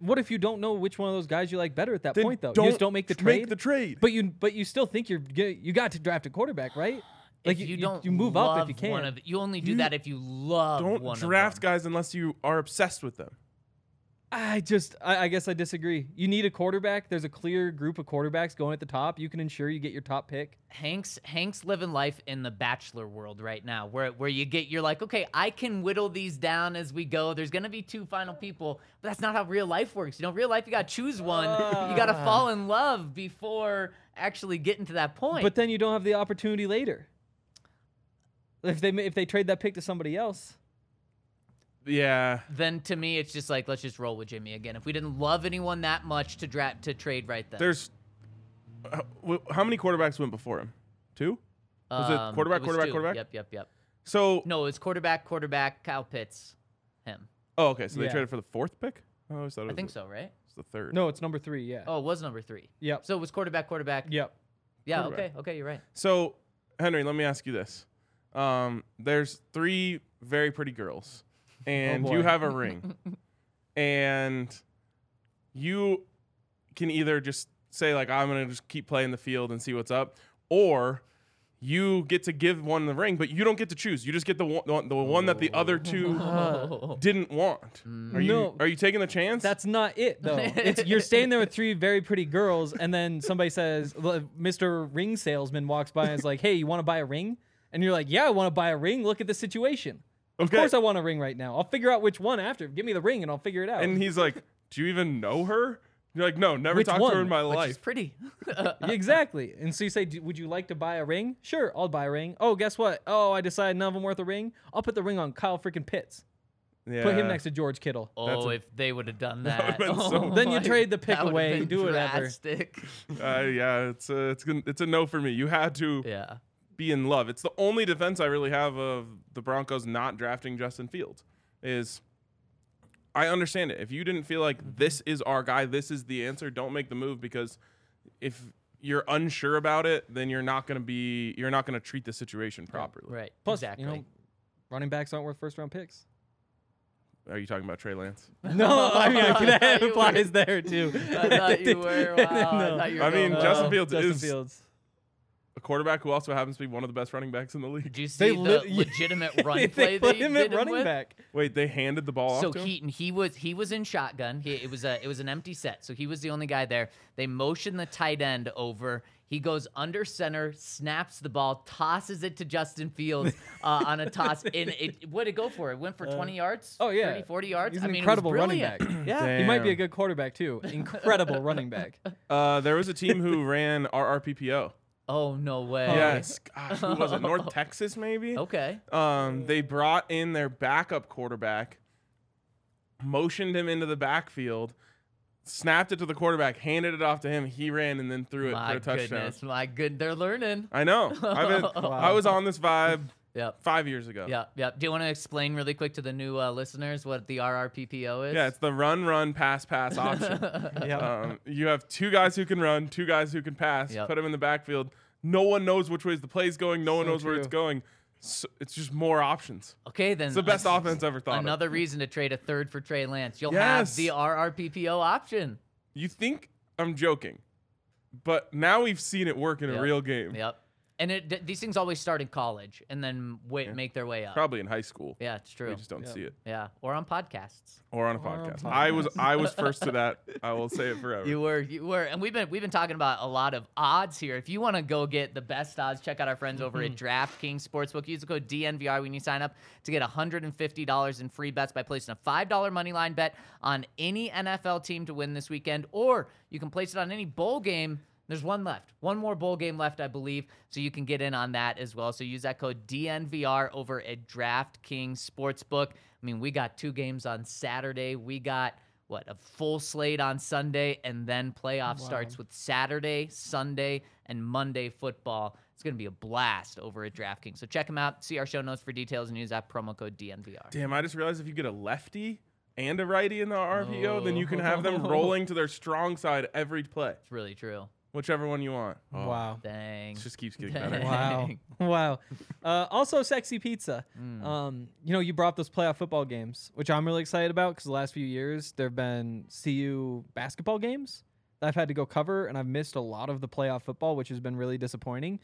what if you don't know which one of those guys you like better at that
Then
point though? you just don't make the trade.
Make the trade.
But you but you still think you're g- you got to draft a quarterback, right?
if you, don't
you move
love
up if you can.
One of, you only do
You
that if you love
don't
one
draft
of them.
guys unless you are obsessed with them.
I just I, I guess I disagree. You need a quarterback. There's a clear group of quarterbacks going at the top. You can ensure you get your top pick.
Hank's Hank's living life in the bachelor world right now, where where you get you're like, okay, I can whittle these down as we go. There's gonna be two final people, but that's not how real life works. You know, real life you gotta choose one. you gotta
Ah.
fall in love before actually getting to that point.
But then you don't have the opportunity later. If they ma- if they trade that pick to somebody else,
Yeah.
then to me, it's just like let's just roll with Jimmy again. If we didn't love anyone that much to draft to trade right then,
There's uh, wh- how many quarterbacks went before him? Two? was it quarterback,
Um, was
quarterback,
two.
quarterback?
Yep, yep, yep.
So
No, it's quarterback, quarterback, Kyle Pitts, him.
Oh, okay. So they
Yeah.
traded for the fourth pick? I always thought it
I
was
think
the,
so, right?
It's the third.
No, it's number three. Yeah.
Oh, it was number three.
Yep.
So it was quarterback, quarterback.
Yep.
Yeah. Okay.
Quarterback.
Okay. You're right.
So, Henry, let me ask you this. Um, there's three very pretty girls, and you
boy.
have a ring, and you can either just say like I'm gonna just keep playing the field and see what's up, or you get to give one the ring, but you don't get to choose. You just get the one, the one- the one that the other two didn't want. Are you
No.
are you taking the chance?
That's not it though. It's, you're standing there with three very pretty girls, and then somebody says, l- "Mr. Ring Salesman walks by and is like, hey, you want to buy a ring?'" And you're like, "Yeah, I want to buy a ring. Look at the situation.
Okay.
Of course, I want a ring right now. I'll figure out which one after. Give me the ring, and I'll figure it out."
and he's like, Do you even know her? You're like, No, never
Which
talked to her in
one?
my
Which
life.
is pretty.
Yeah, exactly. And so you say, "Do- "Would you like to buy a ring?" Sure, I'll buy a ring. Oh, guess what? Oh, I decided none of them worth a ring. I'll put the ring on Kyle freaking Pitts.
yeah.
Put him next to George Kittle.
That's
Uh, Oh,
a-
if they would have done
That
that.
would've been so-
Oh
Then you
my-
trade the pick
that would've
away,
been
do whatever.
drastic.
uh, yeah, it's a, it's gonna it's a no for me. You had to
Yeah.
be in love. It's the only defense I really have of the Broncos not drafting Justin Fields. Is I understand it. If you didn't feel like this
Mm-hmm.
is our guy, this is the answer, don't make the move because if you're unsure about it, then you're not gonna be you're not gonna treat the situation properly.
Right.
Plus,
exactly.
you know, running backs aren't worth first round picks.
Are you talking about Trey Lance?
No, I mean
I Uh, thought
that
you
applies there too. Uh,
I thought you were. Wow, I, thought you were
I mean,
going
Justin
well.
Fields
Justin
is-
Fields.
A quarterback who also happens to be one of the best running backs in the league.
Did you
They
see
lit-
the
yeah.
legitimate run
They
play
put
they
him
did
at
him
running
with?
back.
Wait, they handed the ball
So
off to him?
Keaton, he was he was in shotgun. He, it was a it was an empty set, so he was the only guy there. They motion the tight end over. He goes under center, snaps the ball, tosses it to Justin Fields uh, on a toss. And it what did it go for? It went for
Uh,
20 yards.
Oh yeah,
30, 40 yards.
He's
I
an
mean, it was
incredible running back.
brilliant.
yeah, he might be a
Damn.
good quarterback too. Incredible running back.
Uh, there was a team who ran RRPPO.
Oh no way.
Yes. Gosh, who was it?
Oh.
North Texas, maybe?
Okay.
Um, they brought in their backup quarterback, motioned him into the backfield, snapped it to the quarterback, handed it off to him. He ran and then threw it
My
for a touchdown.
goodness. My good. They're learning.
I know. I've been, I was on this vibe
Yep.
five years ago.
Yep. Yep. Do you want to explain really quick to the new uh, listeners what the RRPPO is?
Yeah, it's the run, run, pass, pass option. um, you have two guys who can run, two guys who can pass.
Yep.
Put them in the backfield. No one knows which way the play's going. No one
So
knows where it's
true.
going. So it's just more options.
Okay, then
It's the best
uh,
offense ever thought. of.
Another reason to trade a third for Trey Lance. You'll
Yes.
have the RRPPO option.
You think I'm joking, but now we've seen it work in a
Yep.
real game.
Yep. And it, th- these things always start in college and then wait, make their way up.
Probably in high school.
Yeah, it's
We
true.
just don't see it,
Yeah, or on podcasts.
or on a
Or on
podcast. I was I was first to that. I will say it forever.
You were, you were, and we've been we've been talking about a lot of odds here. If you want to go get the best odds, check out our friends over at DraftKings Sportsbook. Use the code DNVR when you sign up to get $150 in free bets by placing a $5 money line bet on any NFL team to win this weekend, or you can place it on any bowl game. There's one left, one more bowl game left, I believe, so you can get in on that as well. So use that code DNVR over at DraftKings Sportsbook. I mean, we got two games on Saturday. We got what a full slate on Sunday, and then playoff starts with Saturday, Sunday, and Monday football. It's going to be a blast over at DraftKings. So check them out. See our show notes for details and use that promo code DNVR.
Damn, I just realized if you get a lefty and a righty in the RPO, then you can have them rolling to their strong side every play,
It's really true.
whichever one you want. Oh,
Wow.
Dang.
It just keeps getting better.
Dang.
Wow.
Dang.
wow. Uh, also, Sexy Pizza. Um, you know, you brought up those playoff football games, which I'm really excited about because the last few years there have been CU basketball games that I've had to go cover, and I've missed a lot of the playoff football, which has been really disappointing.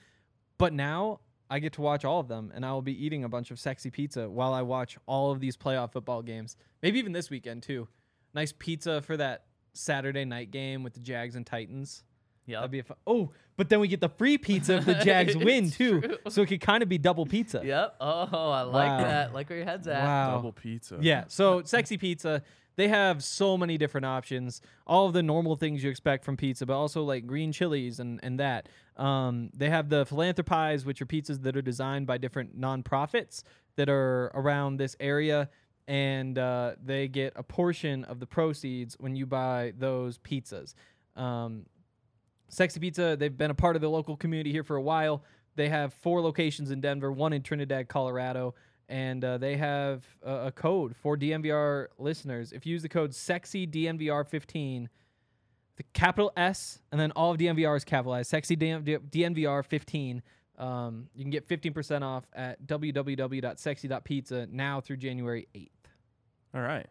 But now I get to watch all of them, and I will be eating a bunch of Sexy Pizza while I watch all of these playoff football games, maybe even this weekend, too. Nice pizza for that Saturday night game with the Jags and Titans.
Yep.
That'd be a fun. Oh, but then we get the free pizza if the Jags win too, so it could kind of be double pizza.
Yep. Oh, I like
Wow.
that. Like where your head's at.
Wow.
Double pizza.
Yeah. So sexy pizza. They have so many different options. All of the normal things you expect from pizza, but also like green chilies and and that. Um, they have the philanthropies, which are pizzas that are designed by different nonprofits that are around this area, and uh, they get a portion of the proceeds when you buy those pizzas. Um, Sexy Pizza, they've been a part of the local community here for a while. They have four locations in Denver, one in Trinidad, Colorado, and uh, they have a, a code for DNVR listeners. If you use the code sexy DNVR 15, the capital S and then all of DNVR is capitalized. Sexy DNVR 15. Um, you can get 15% off at www.sexy.pizza now through January 8th.
All right.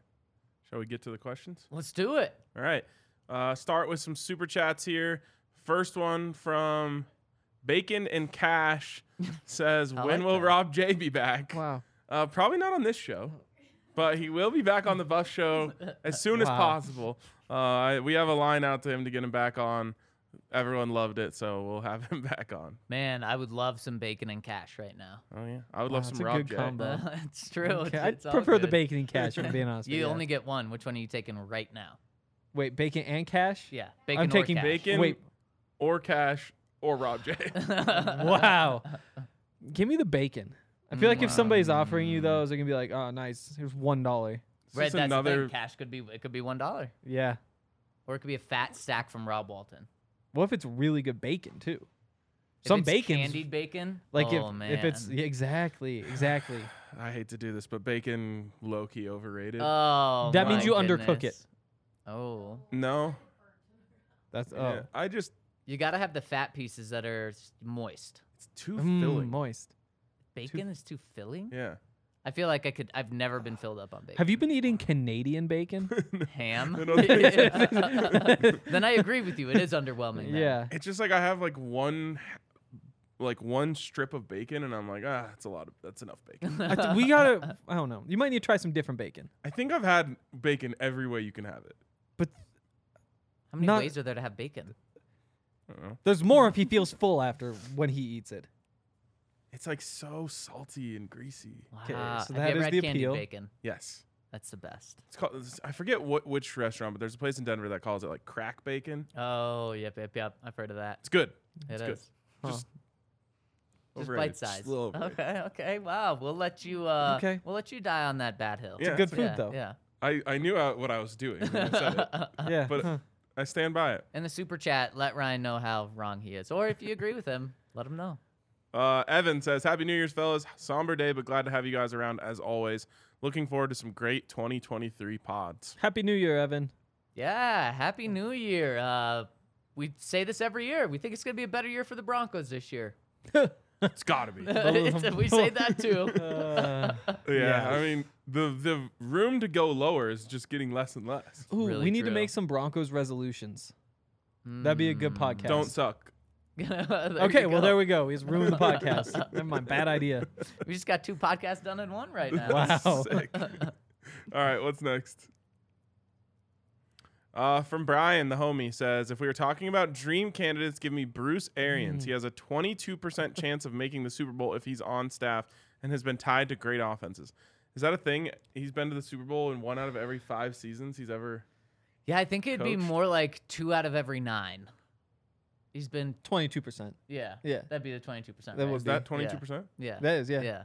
Shall we get to the questions?
Let's do it.
All right. Uh, start with some super chats here. First one from Bacon and Cash says,
I
"When
like
will
that.
Rob J be back?"
Wow.
Uh, probably not on this show, but he will be back on the Buff Show as soon as
Wow.
possible. Uh, I- we have a line out to him to get him back on. Everyone loved it, so we'll have him back on.
Man, I would love some bacon and cash right now.
Oh yeah, I would
Wow,
love
that's
some
a
Rob
good
J.
combo. Bro.
it's true. It's-
Okay, I
it's all
prefer the
good.
bacon and cash, if I'm being honest.
You
with
only get one. Which one are you taking right now?
Wait, bacon and cash?
Yeah, bacon.
I'm
or
taking
cash.
Bacon
Wait.
or Cash or Rob J.
wow. Give me the bacon. I feel like if somebody's offering
Mm.
you those, they're going to be like, oh, nice. Here's $1.
Red,
Just
that's another...
another-
Cash could be it could be one dollar,
Yeah.
or it could be a fat stack from Rob Walton.
What if it's really good bacon, too?
If
Some
it's
bacon's-
candied bacon.
Like
oh
if,
man,
if it's yeah, exactly, exactly.
I hate to do this, but bacon low key overrated.
Uh,
oh,
That means
my
you undercook
goodness. Oh,
no,
That's oh,
Yeah, I just
you gotta have the fat pieces that are s- moist.
it's too
Mm,
filling.
moist.
Bacon is too filling.
Yeah,
I feel like I could. I've never been filled up on bacon.
Have you been eating Canadian bacon?
ham?
I don't think
then I agree with you. It is underwhelming. then.
yeah.
it's just like I have like one, like one strip of bacon, and I'm like, ah, that's a lot of that's enough bacon.
I th- we gotta. I don't know. You might need to try some different bacon.
I think I've had bacon every way you can have it.
But
How many
Not-
ways are there to have bacon?
there's more if he feels full after when he eats it.
It's like so salty and greasy.
Okay,
Wow.
so
have
that
you ever
is
had
the
candied
appeal.
bacon?
Yes,
That's the best.
it's called. it's- I forget what which restaurant, but there's a place in Denver that calls it like crack bacon.
Oh, yep, yep, yep. I've heard of that.
It's good.
It
it's good.
is.
Just
Just
overrated.
bite size.
a little overrated.
Okay, okay. Wow. We'll let you uh
Okay.
we'll let you die on that bad hill.
Yeah,
Good
it's
food though.
Yeah.
I, I knew I, what I was doing. When I said it,
Uh-huh.
Yeah.
but
huh.
I stand by it.
In the super chat, let Ryan know how wrong he is. Or if you agree with him, let him know.
Uh, Evan says, "Happy New Year's, fellas. Somber day, but glad to have you guys around as always. Looking forward to some great 2023 pods."
Happy New Year, Evan.
Yeah, happy new year. Uh we say this every year. We think it's gonna be a better year for the Broncos this year.
It's gotta be. yeah,
It's- we say that too.
Uh,
I mean the the room to go lower is just getting less and less.
ooh,
really
we need
true.
to make some Broncos resolutions. That'd be a good
Hmm.
podcast.
Don't suck.
Okay, well there
we,
we go. He's ruined the podcast. Never mind. Bad idea.
we just got two podcasts done in one right now.
Wow.
Sick. All right, what's next? Uh, from Brian, the homie says, if we were talking about dream candidates, give me Bruce
Mm.
Arians. He has a 22% chance of making the Super Bowl if he's on staff and has been tied to great offenses. Is that a thing? He's been to the Super Bowl in one out of every five seasons he's ever.
Yeah, I think it'd be
Coached.
more like two out of every nine. He's been
Twenty-two percent.
yeah
Yeah.
That'd be the twenty-two percent.
That
right?
would
Is that
Yeah.
22%?
yeah.
That is yeah.
yeah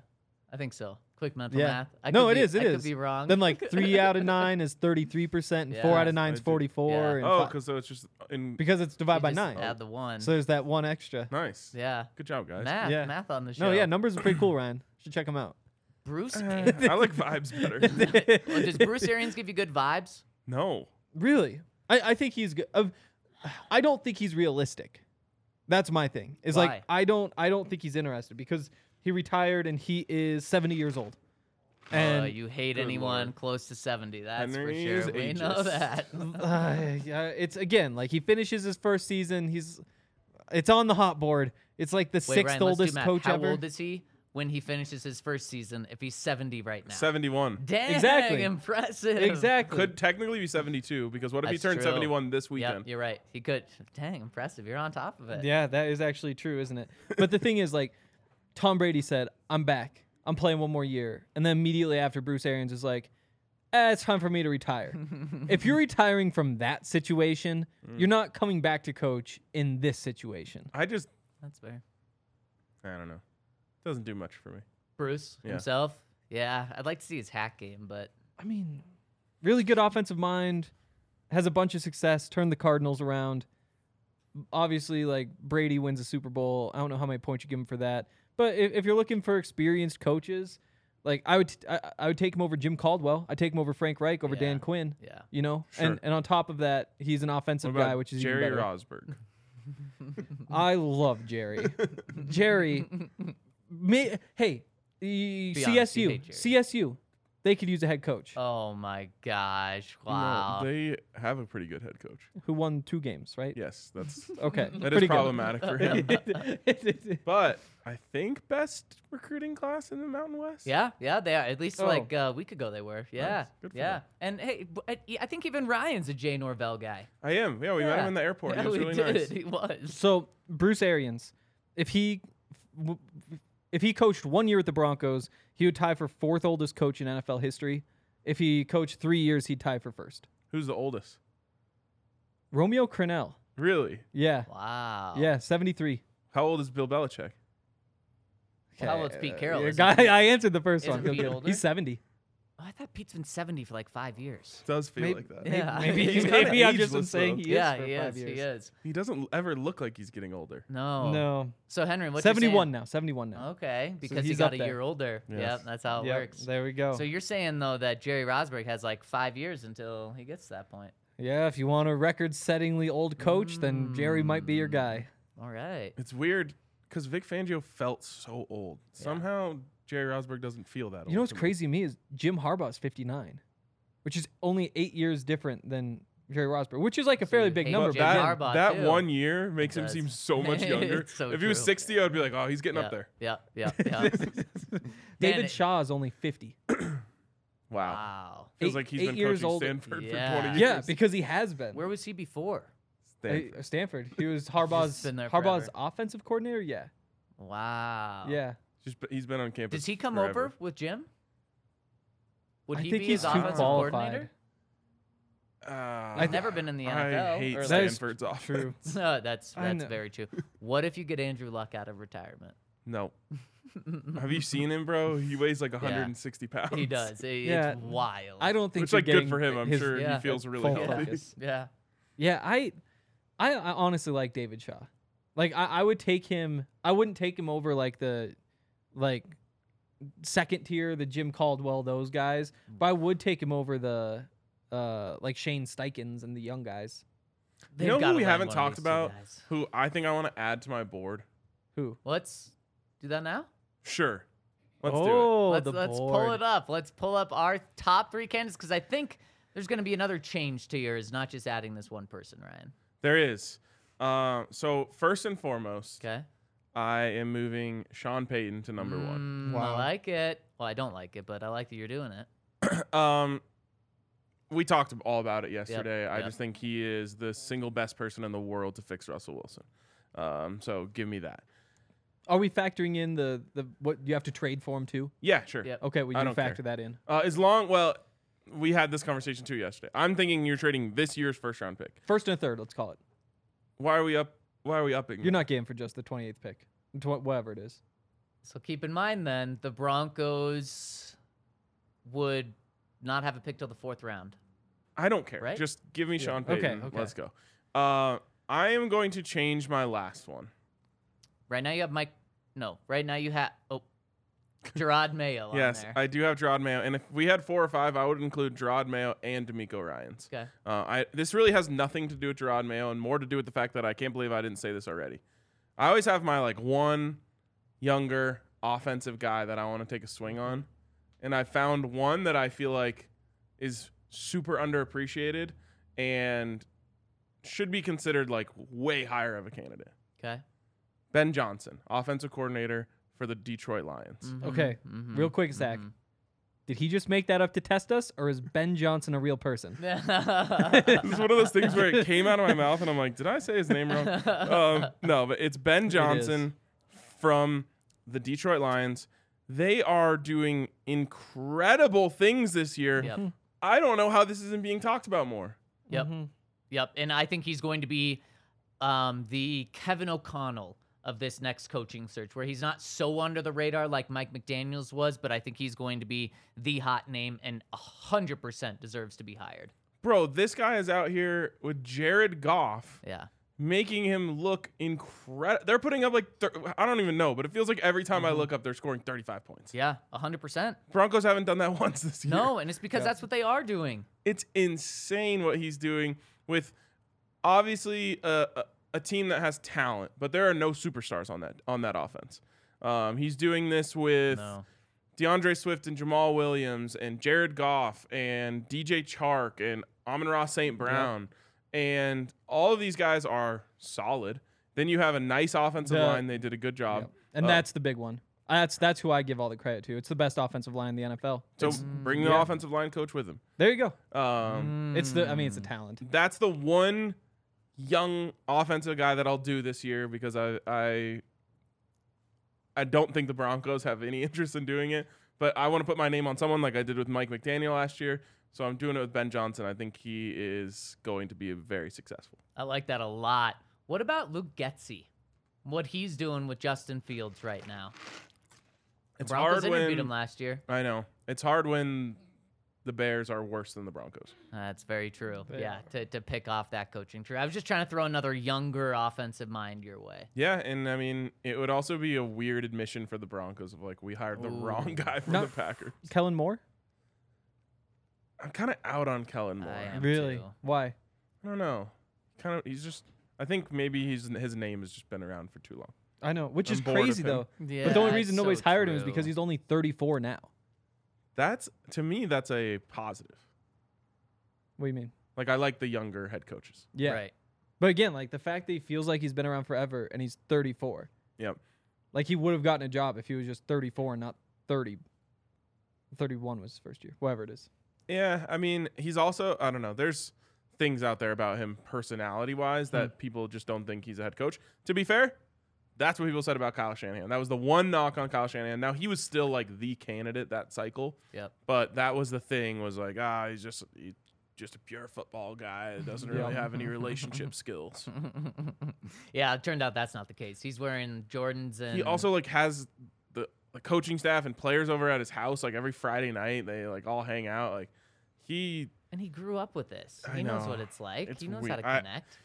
I think so. Quick mental
Yeah.
math. I
no,
could
it
be,
is. It
I
is.
could be wrong.
Then like three out of nine is thirty-three percent, and four
Yeah.
out of nine
I
is
do.
forty-four.
Yeah.
And
Oh,
fi-
because so it's just in.
because it's
You
divided by
just
nine.
Add the one.
So there's that one extra.
Nice.
yeah.
Good job, guys.
Math.
Yeah.
Math on the show.
No, yeah, numbers are pretty cool, Ryan. Should check them out.
Bruce.
Eh, I like vibes better.
well, does Bruce Arians give you good vibes?
No.
Really, I, I think he's good. Of, I don't think he's realistic. That's my thing. Is
Why?
like I don't I don't think he's interested because he retired and he is seventy years old. And
uh, you hate
Good
anyone
lord.
close to seventy. That's
Henry
for
is
sure. We know
ageist.
that.
Uh, yeah, it's again like he finishes his first season. He's it's on the hot board. It's like the
Wait,
sixth
Ryan, let's do
oldest
math.
coach
How
ever.
old is he when he finishes his first season? If he's seventy right now.
71.
Dang,
Exactly.
impressive.
exactly.
Could technically be 72 because what if
That's
he turned
true.
71 this
Yep,
weekend?
you're right. He could. Dang, impressive. You're on top of it.
Yeah, that is actually true, isn't it? But the thing is, like, Tom Brady said, "I'm back. I'm playing one more year," and then immediately after, Bruce Arians is like, eh, "It's time for me to retire." if you're retiring from that situation, you're not coming back to coach in this situation.
I just,
That's fair.
I don't know. Doesn't do much for me.
Bruce
Yeah.
himself. Yeah, I'd like to see his hack game, but
I mean, really good offensive mind, has a bunch of success, turned the Cardinals around. Obviously, like Brady wins a Super Bowl. I don't know how many points you give him for that. But if, if you're looking for experienced coaches, Like I would, t- I, I would take him over Jim Caldwell. I take him over Frank Reich, over
Yeah.
Dan Quinn.
Yeah.
you know.
Sure.
And and on top of that, he's an offensive
What about
guy, which is
Jerry
even better.
Rosberg.
I love Jerry. Jerry, me, hey, e-
Be
CSU,
honest, you hate Jerry.
CSU, they could use a head coach
Oh my gosh!
No,
Wow.
they have a pretty good head coach.
who won two games, right?
Yes, that's
Okay,
that is
pretty good.
problematic for him. But I think best recruiting class in the Mountain West.
Yeah, yeah, they are. At least
Oh.
like uh, a week ago they were. Yeah,
Good for
yeah.
them.
And hey, b- I- I think even Ryan's a Jay Norvell guy.
I am. Yeah, we met him
Yeah.
in the airport.
Yeah,
he was
we
really
did.
nice.
He was.
so Bruce Arians, if he w- if he coached one year at the Broncos, he would tie for fourth oldest coach in NFL history. If he coached three years, he'd tie for first.
Who's the oldest?
Romeo Crennel,
Really?
yeah,
Wow.
yeah, seventy three.
How old is Bill Belichick?
Well, how old's Pete Carroll,
yeah,
isn't
guy,
he?
I answered the first
Isn't
one. He'll
Pete
get it.
older?
He's seventy.
Oh, I thought Pete's been seventy for like five years.
Does feel
Maybe-
like that.
maybe- Yeah.
Maybe he's
He's kinda
maybe I'm
ageless,
just saying
though.
he is
yeah,
for
he
five
is.
years.
He is.
He doesn't ever look like he's getting older.
No.
No,
So Henry, what
seventy-one now. Seventy-one now.
Okay, because he
he's
got
up
a
there.
year older.
Yes.
Yep, that's how it
Yep,
Oh, works.
There we go.
So you're saying though that Jerry Rosberg has like five years until he gets to that point.
yeah, if you want a record-settingly old coach, then Jerry might
Mm.
be your guy.
All right.
It's weird because Vic Fangio felt so old. Somehow Jerry Rosberg doesn't feel that old.
You know what's
to me.
crazy to me is Jim Harbaugh's fifty-nine, which is only eight years different than Jerry Rosberg, which is like a fairly
you
big
hate
number.
Jim
That,
but again,
Harbaugh,
that
too.
one year makes him
does.
seem so much younger.
It's so
if he was
true.
60, I'd be like, oh, he's getting
Yeah,
up there.
Yeah, yeah, yeah.
David
it-
Shaw is only fifty.
Wow.
wow.
Feels
Eight-
like he's
eight
been
years
coaching
older.
Stanford for
Yeah.
20 years.
Yeah, because he has been.
Where was he before?
Stanford.
Uh, Stanford. He was Harbaugh's
been there
Harbaugh's
forever. Oh.
offensive coordinator. Yeah,
Wow.
yeah.
Just, b- he's been on campus.
Does he come
forever.
over with Jim? Would
I
he
think
be his
he's too
offensive
qualified.
coordinator?
Uh,
I've
never been in the
I
NFL,
hate
or like-
That is
Stanford's offense.
True.
No, that's
I
that's
know.
very true. What if you get Andrew Luck out of retirement?
No. Have you seen him, bro? He weighs like 160 pounds.
He does. It-
Yeah.
It's wild.
I don't think
Which
you're
like good for
getting
him. I'm
his
sure
yeah,
he feels really
full
healthy.
focus.
Yeah.
Yeah, I, I, I honestly like David Shaw. Like I, I would take him. I wouldn't take him over like the, like, second tier, the Jim Caldwell, those guys. But I would take him over the, uh, like Shane Steichens and the young guys.
They've
you know
gotta
who we
land
haven't
one of
talked
these two
about?
guys.
Who I think I want to add to my board?
Who?
Let's do that now.
Sure. Let's do
oh,
let's
the
let's pull
board.
it up. Let's pull up our top three candidates because I think there's going to be another change to yours, not just adding this one person, Ryan.
it. There is. Uh, so first and foremost,
Okay.
I am moving Sean Payton to number one.
Mm, I like it. Well, I don't like it, but I like that you're doing it.
Um, we talked ab- all about it yesterday. I
Mm. yep.
just think he is the single best person in the world to fix Russell Wilson. Um, so give me that.
Are we factoring in the the what you have to trade for him too?
Yeah, sure.
Yep.
Okay, we
I
do
don't care.
factor that in.
Uh, as long, well, we had this conversation too yesterday. I'm thinking you're trading this year's first round pick.
First and a third, let's call it.
Why are we up? Why are we upping?
You're
that?
not game for just the 28th pick, tw- whatever it is.
So keep in mind then the Broncos would not have a pick till the fourth round.
I don't care.
Right?
Just give me Sean
Okay,
Payton.
okay.
Let's go. Uh, I am going to change my last one.
Right now you have Mike. No, right now you have oh, Gerard Mayo.
yes,
on there.
I do have Gerard Mayo, and if we had four or five, I would include Gerard Mayo and D'Amico Ryan's.
Okay.
Uh, I this really has nothing to do with Gerard Mayo, and more to do with the fact that I can't believe I didn't say this already. I always have my like one younger offensive guy that I want to take a swing on, and I found one that I feel like is super underappreciated and should be considered like way higher of a candidate.
Okay.
Ben Johnson, offensive coordinator for the Detroit Lions.
Mm-hmm,
Okay, real quick, Zach. Did he just make that up to test us, or is Ben Johnson a real person?
This is one of those things where it came out of my mouth, and I'm like, did I say his name wrong? Um, no, but it's Ben Johnson from the Detroit Lions. They are doing incredible things this year.
Yep.
I don't know how this isn't being talked about more.
Yep.
Mm-hmm.
Yep. And I think he's going to be um, the Kevin O'Connell of this next coaching search, where he's not so under the radar like Mike McDaniels was, but I think he's going to be the hot name and 100% deserves to be hired.
Bro, this guy is out here with Jared Goff
Yeah.
making him look incredible. They're putting up like thir- I don't even know, but it feels like every time I look up, they're scoring 35 points.
Mm-hmm. Yeah, 100%.
Broncos haven't done that once this year.
No, and it's because that's what they are doing.
it's insane what he's doing with obviously a, a, a team that has talent, but there are no superstars on that on that offense. Um, he's doing this with
No.
DeAndre Swift and Jamal Williams and Jared Goff and DJ Chark and Amon Ross St. Brown. And all of these guys are solid. Then you have a nice offensive
The-
line. They did a good job.
Yep. And
Uh,
that's the big one. That's that's who I give all the credit to. It's the best offensive line in the NFL.
So
It's-
bring the
yeah.
offensive line coach with him.
there you go.
Um,
It's
Hmm.
the I mean it's a talent.
that's the one young offensive guy that I'll do this year because I I I don't think the Broncos have any interest in doing it, but I want to put my name on someone like I did with Mike McDaniel last year. So I'm doing it with Ben Johnson. I think he is going to be very successful.
I like that a lot. What about Luke Getzey? What he's doing with Justin Fields right now? The
It's
Broncos
hard
interviewed
when-
him last year.
I know it's hard when the Bears are worse than the Broncos.
That's very true. Yeah, to, to pick off that coaching tree. I was just trying to throw another younger offensive mind your way.
Yeah, and I mean it would also be a weird admission for the Broncos of like we hired the wrong guy from
No.
the Packers.
Kellen Moore?
I'm kind of out on Kellen Moore.
I am
Really?
too.
Why?
I don't know. Kind of, he's just. I think maybe he's his name has just been around for too long.
I know, which
I'm
is
bored of
crazy
him.
though.
Yeah,
but the only
it's
reason
so
nobody's hired him is
true.
because he's only 34 now.
That's to me, that's a positive.
What do you mean?
Like I like the younger head coaches.
Yeah.
right.
But again, like the fact that he feels like he's been around forever and he's 34.
Yep.
Like he would have gotten a job if he was just 34 and not 30. 31 was his first year, whatever it is.
Yeah, I mean, he's also I don't know. There's things out there about him personality wise that people just don't think he's a head coach. To be fair, that's what people said about Kyle Shanahan. That was the one knock on Kyle Shanahan. Now he was still like the candidate that cycle.
Yep.
But that was the thing was like ah he's just he's just a pure football guy. that Doesn't really
Yeah.
have any relationship skills.
yeah, it turned out that's not the case. He's wearing Jordans and
he also like has the, the coaching staff and players over at his house like every friday night they like all hang out like he
and he grew up with this.
I
He knows
know.
what it's like.
It's
he knows
weird.
how to
I-
connect.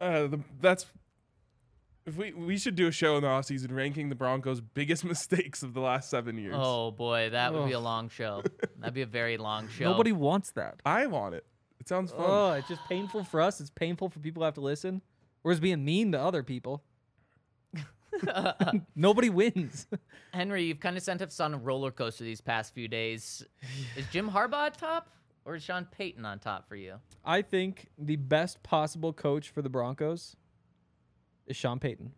uh the, that's if we we should do a show in the offseason ranking the broncos biggest mistakes of the last seven years
oh boy, that would be a
Ugh.
long show. That'd be a very long show.
Nobody wants that.
i want it it sounds fun
Oh, it's just painful for us. It's painful for people who have to listen. Or it's being mean to other people. Nobody wins.
Henry, you've kind of sent us on a roller coaster these past few days. Is Jim Harbaugh at top or is Sean Payton on top for you?
I think the best possible coach for the Broncos is Sean Payton.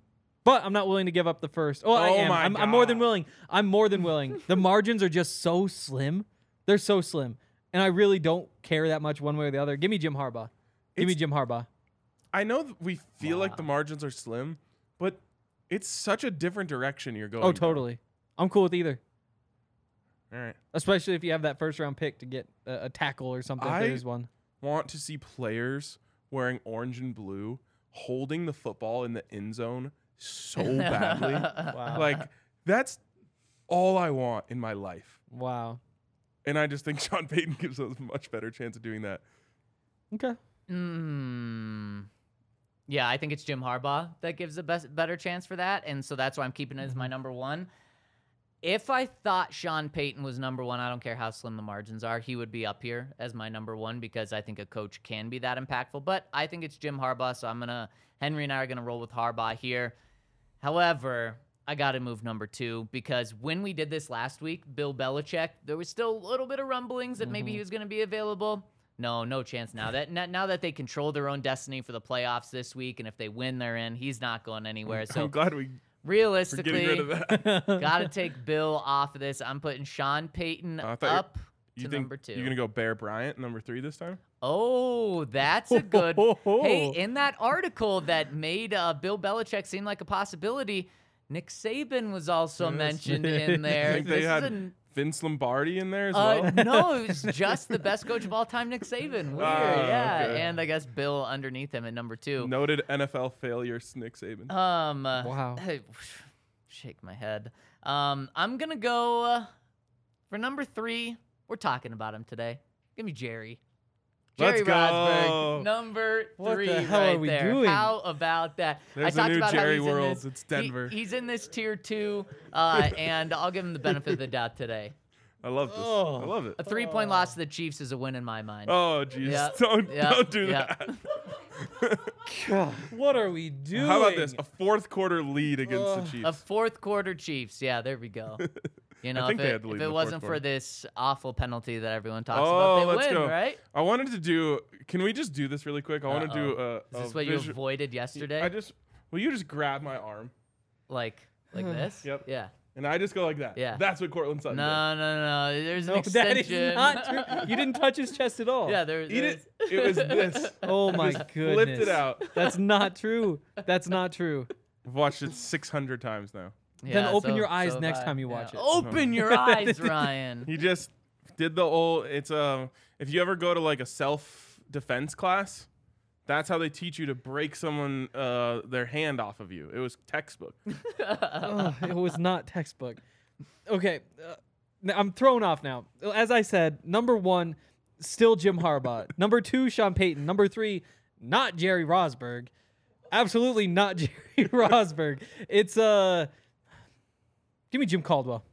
But I'm not willing to give up the first. Oh, I
Oh
am.
my
I'm, I'm more than
God.
willing. I'm more than willing. the margins are just so slim. They're so slim. And I really don't care that much one way or the other. Give me Jim Harbaugh. Give me
It's- Oh
Jim Harbaugh.
i know that we feel like the margins are slim but it's such a different direction you're going
Oh,
down.
totally. I'm cool with either.
all right
Especially if you have that first round pick to get a, a tackle or something. if
I-
there is one.
want to see players wearing orange and blue holding the football in the end zone so badly.
Uh,
Like that's all I want in my life.
Wow.
And I just think Sean Payton gives us a much better chance of doing that.
Okay.
Mm. Yeah, I think it's Jim Harbaugh that gives the best better chance for that, and so that's why I'm keeping it as my number one. If I thought Sean Payton was number one, I don't care how slim the margins are, he would be up here as my number one because I think a coach can be that impactful. But I think it's Jim Harbaugh, so I'm gonna Henry and I are gonna roll with Harbaugh here. However, I got to move number two because when we did this last week, Bill Belichick, there was still a little bit of rumblings that
Mm-hmm.
maybe he was going to be available. No, no chance now. That now- now that they control their own destiny for the playoffs this week, and if they win, they're in. He's not going anywhere.
Mm, I'm
So
glad we are getting rid of
realistically,
that.
got to take Bill off of this. I'm putting Sean Payton
Oh, I thought you-
up
You
to
think
number two.
you're gonna go Bear Bryant number three this time?
Oh, that's a good.
Oh.
hey, in that article that made uh, Bill Belichick seem like a possibility, Nick Saban was also mentioned in
I
there.
think they
This
had
is an-
Vince Lombardi in there as
uh,
well.
no, it was just the best coach of all time, Nick Saban. Weird,
Ah,
yeah.
okay.
And I guess Bill underneath him at number two.
Noted NFL failure Nick Saban.
Um, uh,
Wow.
Shake my head. Um, I'm gonna go uh, for number three. We're talking about him today. Give me Jerry.
Let's
Jerry
go.
Rosberg, number
What the
three,
hell are
right
we
there.
doing?
How about that?
There's a
I talked
new
about
Jerry
how he's in
Worlds.
this-
It's Denver.
he- he's in this tier two, uh, and I'll give him the benefit of the doubt today.
I love this. I
Oh.
love it.
A three-point loss to the Chiefs is a win in my mind.
Oh, jeez.
Yeah,
Don't,
yeah,
don't do
yeah.
that.
What are we doing?
How about this? A fourth quarter lead against the Chiefs.
A fourth quarter Chiefs. Yeah, there we go. You know,
think
if
they
it,
had the lead in
if
the
it
fourth
wasn't
quarter.
for this awful penalty that everyone talks
oh,
about, they
let's
win,
go.
right?
I wanted to do. Can we just do this really quick? I want to do a.
Is
a
this what you
Oh, visu-
avoided yesterday?
I just. Will you just grab my arm
like like this?
Yep. Oh,
Yeah.
and I just go like that?
Yeah.
That's what Cortland Sutton
No, no, no. There's an
No, that
extension.
is not true. You didn't touch his chest at all.
yeah, there,
did. Eat it.
there's.
It was this.
Oh my goodness.
Flipped it out.
That's not true. That's not true.
I've watched it 600 times now.
Yeah,
open your eyes
have
next
I.
time you watch it.
Open your eyes, Ryan.
He just did the old. It's um. If you ever go to like a self defense class, that's how they teach you to break someone uh their hand off of you. It was textbook.
Ugh, Oh, it was not textbook. Okay, uh, n- I'm thrown off now. As I said, number one, still Jim Harbaugh. number two, Sean Payton. Number three, not Jerry Rosberg. Absolutely not Jerry Rosberg. It's uh, give me Jim Caldwell.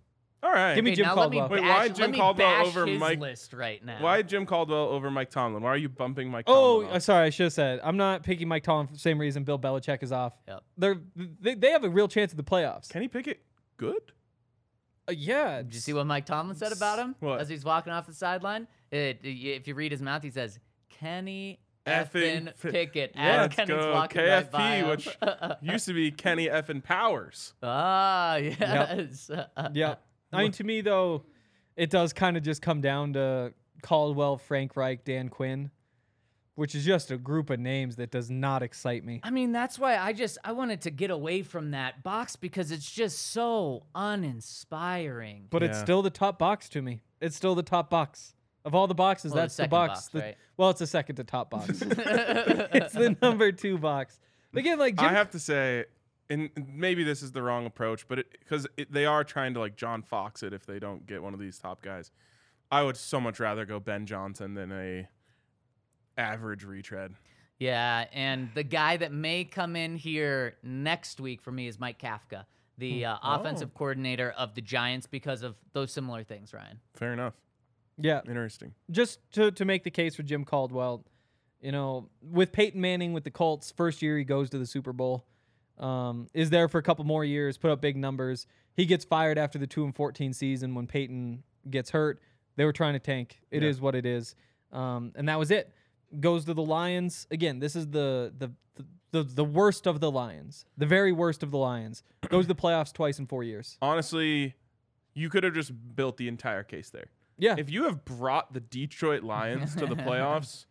All right.
Give me
Okay,
Jim
now let me
Caldwell.
Wait,
bash-
why Jim
let me
Caldwell
bash
over
his
Mike-
list right now.
Why Jim Caldwell over Mike Tomlin? Why are you bumping Mike?
Oh,
Tomlin
uh,
off?
sorry, I should have said. I'm not picking Mike Tomlin for the same reason Bill Belichick is off.
Yep.
They're they, they have a real chance at the playoffs.
Kenny Pickett, good.
Uh, yeah.
Did you see what Mike Tomlin said about him
What?
as he's walking off the sideline? It, if you read his mouth, he says, "Kenny
Effing
effing
Pi-
Pickett."
Yeah,
as
let's
Kenny's
go.
walking
KFP,
right by him.
which used to be Kenny effing Powers.
ah, yes.
Yeah. I mean, to me though, it does kind of just come down to Caldwell, Frank Reich, Dan Quinn, which is just a group of names that does not excite me.
I mean, that's why I just I wanted to get away from that box because it's just so uninspiring.
But it's
Yeah.
still the top box to me. It's still the top box of all the boxes.
Well, the
that's the,
second
box.
box,
that-
right?
Well, it's the second to top box. it's the number two box. Again, like Jim,
I have to say, and maybe this is the wrong approach, but because it, they are trying to like John Fox it if they don't get one of these top guys, I would so much rather go Ben Johnson than a average retread.
Yeah, and the guy that may come in here next week for me is Mike
Hmm.
Kafka, the uh,
Oh.
offensive coordinator of the Giants, because of those similar things, Ryan.
Fair enough.
yeah.
Interesting.
just to, to make the case for Jim Caldwell, you know, with Peyton Manning with the Colts, first year he goes to the Super Bowl, um, is there for a couple more years, put up big numbers. He gets fired after the two and fourteen season when Peyton gets hurt. They were trying to tank. It is what it is, um, and that was it. Goes to the Lions again. This is the the. the the, the worst of the Lions, the very worst of the Lions, goes to the playoffs twice in four years.
Honestly, you could have just built the entire case there.
Yeah,
If you have brought the Detroit Lions to the playoffs,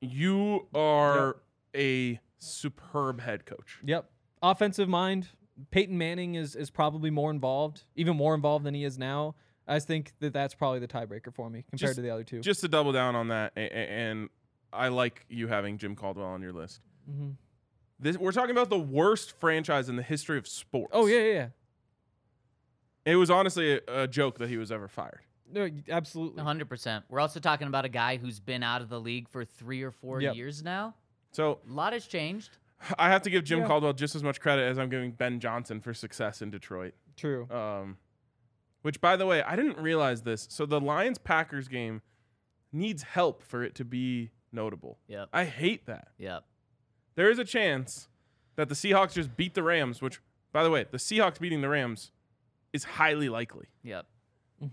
you are a superb head coach.
Yep. Offensive mind. Peyton Manning is is probably more involved, even more involved than he is now. I just think that that's probably the tiebreaker for me compared
Just-
to the other two.
Just to double down on that, a- a- and I like you having Jim Caldwell on your list.
Mhm.
This, we're talking about the worst franchise in the history of sports.
Oh yeah, yeah, yeah.
it was honestly a, a joke that he was ever fired.
No, y- absolutely.
Uh-huh. 100%. We're also talking about a guy who's been out of the league for three or four
Yep.
years now.
So
A lot has changed.
I have to give Jim
Yeah.
Caldwell just as much credit as I'm giving Ben Johnson for success in Detroit.
True.
Um, which, by the way, I didn't realize this. So the Lions Packers game needs help for it to be notable.
Yep.
I hate that.
Yep.
There is a chance that the Seahawks just beat the Rams, which, by the way, the Seahawks beating the Rams is highly likely.
Yep.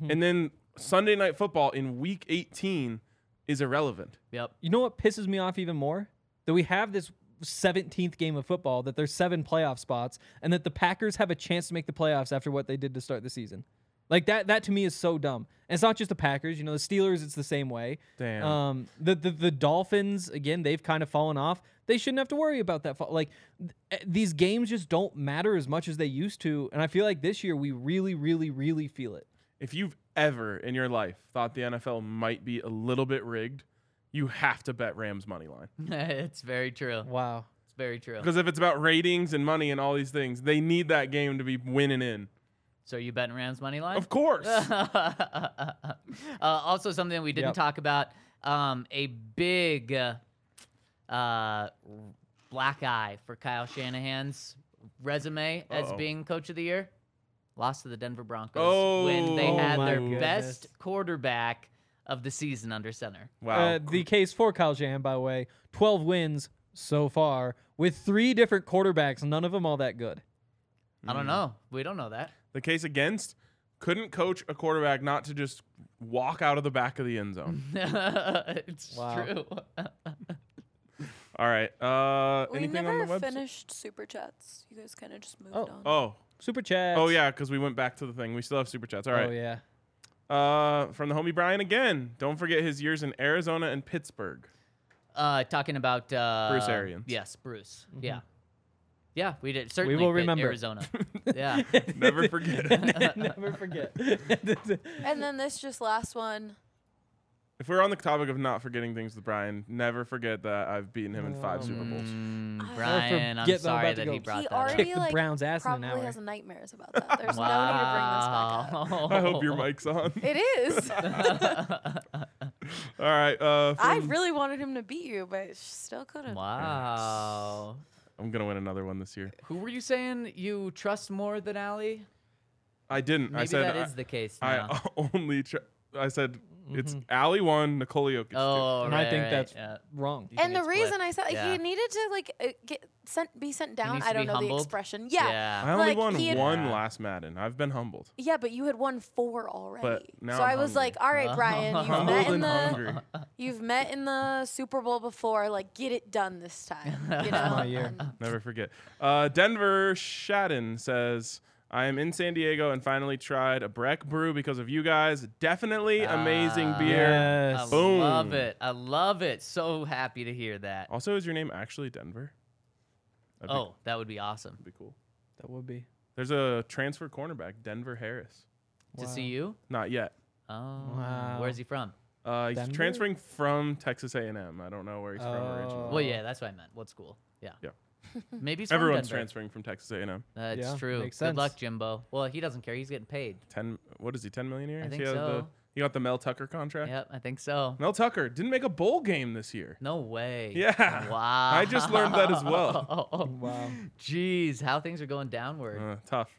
And then Sunday Night Football in Week 18 is irrelevant.
Yep.
You know what pisses me off even more? That we have this 17th game of football, that there's seven playoff spots, and that the Packers have a chance to make the playoffs after what they did to start the season. Like that, that to me is so dumb. And it's not just the Packers. You know, the Steelers, it's the same way.
Damn.
Um, the, the, the Dolphins, again, they've kind of fallen off. They shouldn't have to worry about that. Fall. Like th- eh, these games just don't matter as much as they used to. And I feel like this year we really, really, really feel it.
If you've ever in your life thought the NFL might be a little bit rigged, you have to bet Rams money line.
it's very true.
Wow.
It's very true.
Because if it's about ratings and money and all these things, they need that game to be winning in.
So are you betting Rams money line?
Of course.
uh, also, something we didn't
Yep.
talk about um, a big uh, uh, black eye for Kyle Shanahan's resume as
Uh-oh.
being coach of the year. Lost to the Denver Broncos when they
Oh.
had
Oh my
their
goodness.
best quarterback of the season under center.
Wow.
Uh, the case for Kyle Shanahan, by the way, 12 wins so far with three different quarterbacks, none of them all that good.
I
Mm.
don't know. We don't know that.
the case against couldn't coach a quarterback not to just walk out of the back of the end zone.
it's
Wow.
true.
All right. Uh,
Mm-hmm. We
anything on
never
the website?
finished super chats. You guys kind of just moved
Oh.
on.
Oh,
Super chat.
oh yeah, because we went back to the thing. We still have super chats. All
Oh
right.
yeah.
Uh, from the homie Brian again. Don't forget his years in Arizona and Pittsburgh.
uh, talking about uh,
Arians.
Yes, Bruce. Yeah, yeah. We did certainly.
Mm-hmm. will
pick
remember.
Arizona. yeah.
Never forget.
Never forget.
And then this just last one.
if we're on the topic of not forgetting things with Brian, never forget that I've beaten him in five Super Bowls.
Mm,
I'll
Brian, I'm
forget that I'm
sorry
about to
that
go
he brought
he
that
already
Kick the
like
Browns' ass in an
probably
hour.
has nightmares about that. There's
up.
no need to bring this back up.
Wow.
I hope your mic's on.
It is.
All right. Uh,
I
from-
really wanted him to beat you, but sh- still couldn't.
Wow.
I'm gonna win another one this year.
Who were you saying you trust more than Ali?
I didn't.
Maybe
I said
that
I-
is the case
I
now.
only tr- I said it's Ali one, Nicole Jokic. two.
oh,
And
right,
I think
right,
that's
yeah.
wrong.
You
And
think it's
the
split.
reason I said
Yeah.
he needed to like uh, get sent, be sent down.
needs
I
to be
don't know the
humbled.
expression. Yeah. yeah.
I only
like,
won
he had-
one
Yeah.
last Madden. I've been humbled.
but you had won four already.
now
so
I'm
I was
hungry.
like, all right, Brian, you've
Humbled
met in
and
the
hungry.
you've met in the Super Bowl before. Like, get it done this time. You know.
my year.
And
Never forget. Uh, Denver Shadden says, I am in San Diego and finally tried a Breck brew because of you guys. Definitely amazing
Ah.
beer.
Yes.
I
Boom.
love it. I love it. So happy to hear that.
Also, is your name actually Denver? That'd
Oh, that would be
be,
awesome
that'd be cool.
That would be.
There's a transfer cornerback, Denver Harris.
to see
Wow.
you.
Not yet.
Oh,
Wow.
where's he from?
Uh, he's
Denver?
transferring from Texas A&M. I don't know where he's from originally.
Oh.
Well, yeah, that's what I meant. What school? Yeah.
Uh, Yeah.
Maybe he's from
Everyone's
Denver.
transferring from Texas A&M.
That's
Yeah,
true.
makes
Good luck,
sense.
Jimbo. Well, he doesn't care. He's getting paid.
Ten. What is he? Ten million a year?
I
Is
think
he out of The,
so.
he got the Mel Tucker contract.
Yep, I think so.
Mel Tucker didn't make a bowl game this year.
No way.
Yeah.
Wow.
I just learned that as well.
Wow.
Jeez, how things are going downward.
Uh, tough.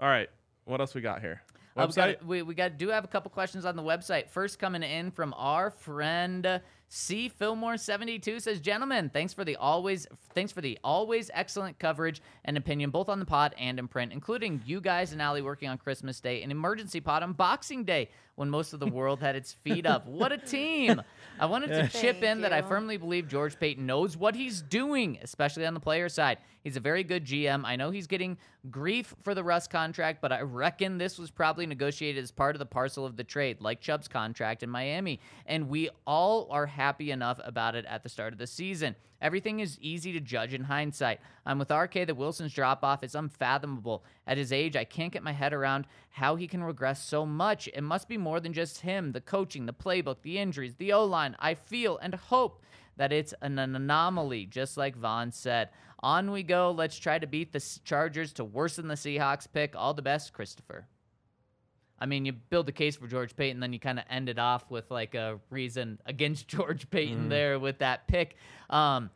All right. What else we got here?
Uh, we,
Website.
got, we, we got do have a couple questions on the website. First, coming in from our friend uh, C Fillmore seventy two says, "Gentlemen, thanks for the always thanks for the always excellent coverage and opinion both on the pod and in print, including you guys and Ali working on Christmas Day, an emergency pod on Boxing Day when most of the world had its feet up. What a team! I wanted to chip
Thank
in that I
you.
firmly believe George Payton knows what he's doing, especially on the player side. He's a very good GM. I know he's getting grief for the Russ contract, but I reckon this was probably negotiated as part of the parcel of the trade, like Chubb's contract in Miami. And we all are happy enough about it at the start of the season. Everything is easy to judge in hindsight. I'm with RK that Wilson's drop off is unfathomable. At his age, I can't get my head around how he can regress so much. It must be more than just him the coaching, the playbook, the injuries, the O line. I feel and hope that it's an an anomaly, just like Vaughn said. On we go. Let's try to beat the S- Chargers to worsen the Seahawks pick. All the best, Christopher. I mean, you build a case for George Payton, then you kind of end it off with like a reason against George Payton
Mm-hmm.
there with that pick. Um,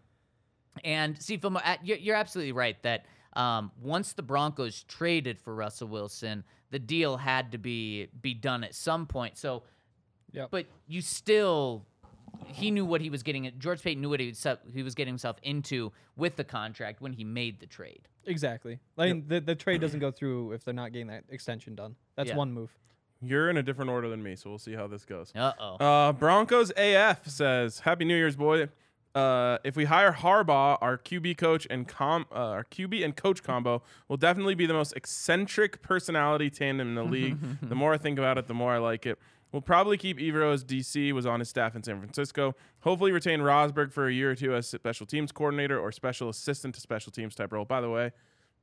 and see, Fillmore, at- you're, you're absolutely right that um, once the Broncos traded for Russell Wilson, the deal had to be be done at some point. So,
Yep.
but you still, he knew what he was getting. George Payton knew what he was, he was getting himself into with the contract when he made the trade.
Exactly. I mean, the, the trade doesn't go through if they're not getting that extension done. That's
Yeah.
one move.
You're in a different order than me, so we'll see how this goes.
Uh oh.
Uh, Broncos AF says, "Happy New Year's, boy. Uh, if we hire Harbaugh, our QB coach and com, uh, our QB and coach combo will definitely be the most eccentric personality tandem in the league. the more I think about it, the more I like it. We'll probably keep Evro as DC was on his staff in San Francisco. Hopefully, retain Rosberg for a year or two as special teams coordinator or special assistant to special teams type role. By the way,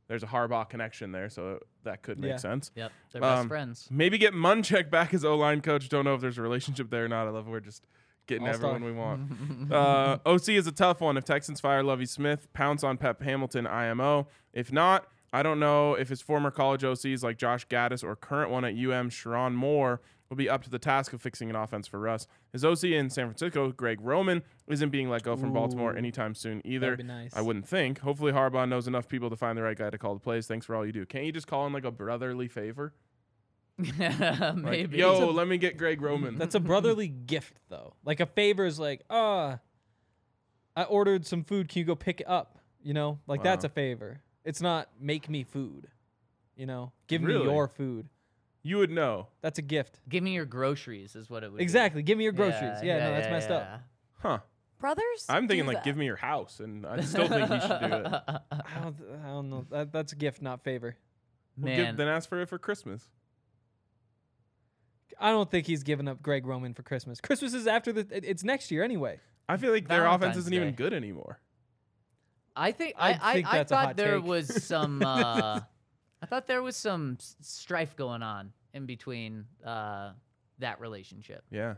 there's a Harbaugh connection there, so that could make
Yeah.
sense.
Yep. They're best
Um,
friends.
Maybe get Munchak back as O line coach. Don't know if there's a relationship there or not. I love we're just getting
All-star.
everyone we want. uh, OC is a tough one. If Texans fire Lovey Smith, pounce on Pep Hamilton, IMO. If not, I don't know if his former college OCs like Josh Gaddis or current one at UM, Sharon Moore, will be up to the task of fixing an offense for Russ. His OC in San Francisco, Greg Roman, isn't being let go from Baltimore
Ooh.
anytime soon either.
be nice.
I wouldn't think. Hopefully Harbaugh knows enough people to find the right guy to call the plays. Thanks for all you do. Can't you just call in like a brotherly favor? Like,
Maybe.
Yo, let me get Greg Roman.
That's a brotherly gift, though. Like a favor is like, ah, I ordered some food. Can you go pick it up? You know, like that's
Wow.
a favor. It's not make me food. You know, give
Really?
me your food.
you would know.
That's a gift.
Give me your groceries is what it would be.
Exactly. Give me your groceries. Yeah, no, that's messed up.
Huh.
Brothers?
I'm thinking
do
like
that.
give me your house and I still think he should do it. Well,
I don't, I don't know. That, that's a gift, not favor.
give-
Man,
then ask for it for Christmas.
I don't think he's giving up Greg Roman for Christmas. Christmas is after the. it- It's next year anyway.
I feel like their offense
Valentine's
isn't even
Day.
good anymore.
I think
I
I I,
think
I,
that's a hot
thought there
take.
was some uh, I thought there was some s- strife going on in between uh, that relationship.
Yeah.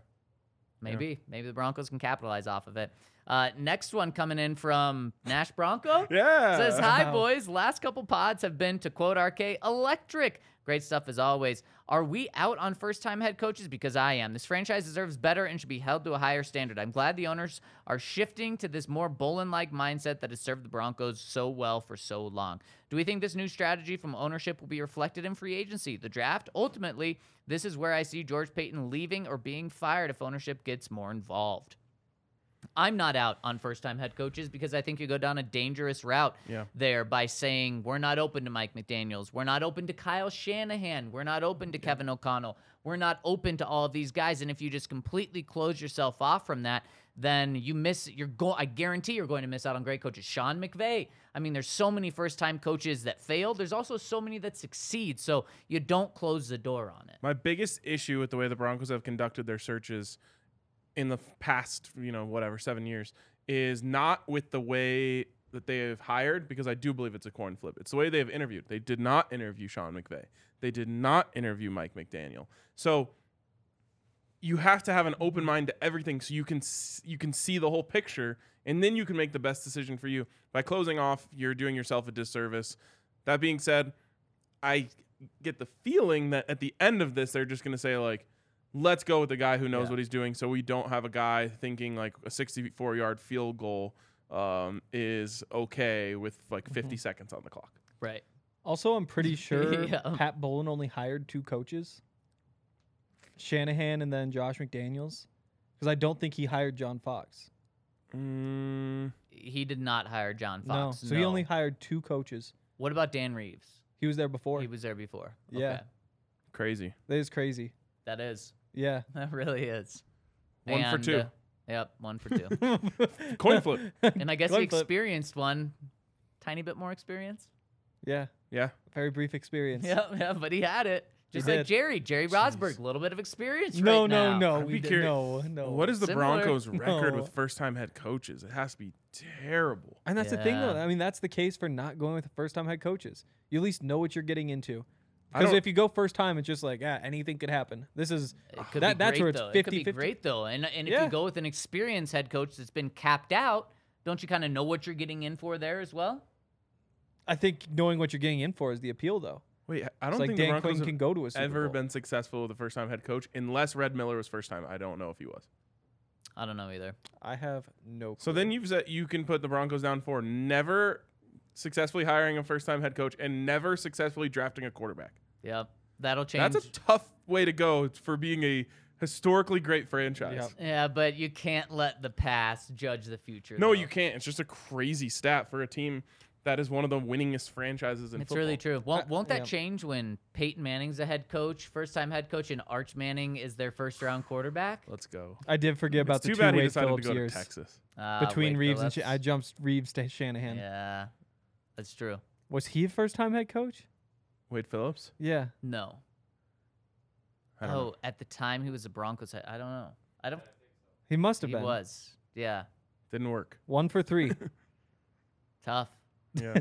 Maybe maybe the Broncos can capitalize off of it. Uh, next one coming in from Nash Bronco.
Yeah.
Says hi,
Wow.
boys. Last couple pods have been to quote RK electric. Great stuff as always. Are we out on first time head coaches? Because I am. This franchise deserves better and should be held to a higher standard. I'm glad the owners are shifting to this more Bolin like mindset that has served the Broncos so well for so long. Do we think this new strategy from ownership will be reflected in free agency, the draft? Ultimately, this is where I see George Payton leaving or being fired if ownership gets more involved. I'm not out on first time head coaches because I think you go down a dangerous route
Yeah.
there by saying, we're not open to Mike McDaniels. We're not open to Kyle Shanahan. We're not open to Kevin O'Connell. We're not open to all of these guys. And if you just completely close yourself off from that, then you miss you're go I guarantee you're going to miss out on great coaches. Sean McVay. I mean, there's so many first time coaches that fail. There's also so many that succeed. So you don't close the door on it.
My biggest issue with the way the Broncos have conducted their searches in the f- past, you know, whatever, seven years, is not with the way that they have hired, because I do believe it's a corn flip. It's the way they have interviewed. They did not interview Sean McVay. They did not interview Mike McDaniel. So you have to have an open mind to everything, so you can s- you can see the whole picture, and then you can make the best decision for you. By closing off, you're doing yourself a disservice. That being said, I get the feeling that at the end of this, they're just going to say like, "Let's go with the guy who knows what he's doing," so we don't have a guy thinking like a 64-yard field goal um, is okay with like
Mm-hmm.
50 seconds on the clock.
Right.
Also, I'm pretty sure
Yeah.
Pat Bolin only hired two coaches, Shanahan and then Josh McDaniels, because I don't think he hired John Fox.
Mm,
He did not hire John Fox.
no, so he only hired two coaches.
What about Dan Reeves?
He was there before.
He was there before.
Yeah.
crazy.
that is crazy.
That is.
Yeah,
That really is. uh,
One for two.
yep, one for two.
Coin flip.
and I guess he
Coin flip.
experienced one tiny bit more experience.
yeah.
Yeah.
Very brief experience.
Yep, yeah, but he had it. Just
did.
like Jerry, Jerry Rosberg, a little bit of experience.
No,
right now.
no, no.
I'd
Oh, we
be
did-
curious-
no, no.
What is the
Similar-
Broncos' record with
No.
first-time head coaches? It has to be terrible.
And that's the thing, though.
Yeah.
I mean, that's the case for not going with the first time head coaches. You at least know what you're getting into.
I
Because
don't-
if you go first time, it's just like, ah, anything could happen. This is
It could
that,
be
that's
great,
where it's
though.
50
it could be
50.
great though. And and if
Yeah.
you go with an experienced head coach that's been capped out, don't you kind of know what you're getting in for there as well?
I think knowing what you're getting in for is the appeal, though.
Wait, I
It's
don't
like
think
Dan
the Broncos
Quinn
have
can go to a Super
ever
Bowl.
been successful with a first-time head coach, unless Red Miller was first time. I don't know if he was.
I don't know either.
I have no.
So then you've said you can put the Broncos down for never successfully hiring a first time head coach and never successfully drafting a quarterback.
Yep. That'll change.
That's a tough way to go for being a historically great franchise.
Yep.
yeah, but you can't let the past judge the future.
No,
though.
you can't. It's just a crazy stat for a team that is one of the winningest franchises in
It's
football.
really true. Won't, won't that
Uh, yeah.
change when Peyton Manning's a head coach, first time head coach, and Arch Manning is their first round quarterback?
Let's go.
I did forget about
it's
the
too
two
bad he
Wade
decided
Phillips
to go
years
to Texas.
Uh,
between
Wade
Reeves and Sh- I
Phillips.
jumped Reeves to Shanahan.
Yeah, that's true.
Was he a first time head coach?
Wade Phillips?
Yeah.
No.
I
Oh,
don't know.
at the time he was a Broncos head. I don't know. I don't.
He must have
He
been.
was. Yeah.
Didn't work.
One for three.
Tough.
Yeah.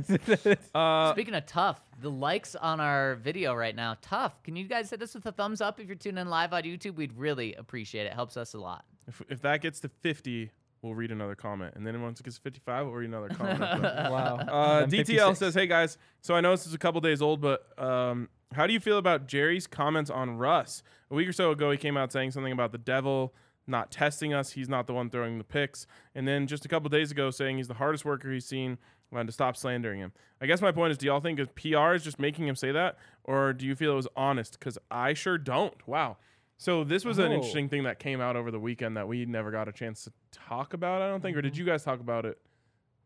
uh,
Speaking of tough, the likes on our video right now, tough. Can you guys hit us with a thumbs up if you're tuning in live on YouTube? We'd really appreciate it. helps us a lot.
if, if that gets to 50, we'll read another comment. And then once it gets to 55, we'll read another comment. But-
wow.
Uh,
Then
DTL
56.
says, "Hey guys, so I know this is a couple days old, but um, How do you feel about Jerry's comments on Russ? A week or so ago, he came out saying something about the devil not testing us. He's not the one throwing the picks. And then just a couple days ago, saying he's the hardest worker he's seen and to stop slandering him. I guess my point is do y'all think his PR is just making him say that? Or do you feel it was honest? Because I sure don't. Wow. So this was an
Oh.
interesting thing that came out over the weekend that we never got a chance to talk about, I don't think. Or did you guys talk about it?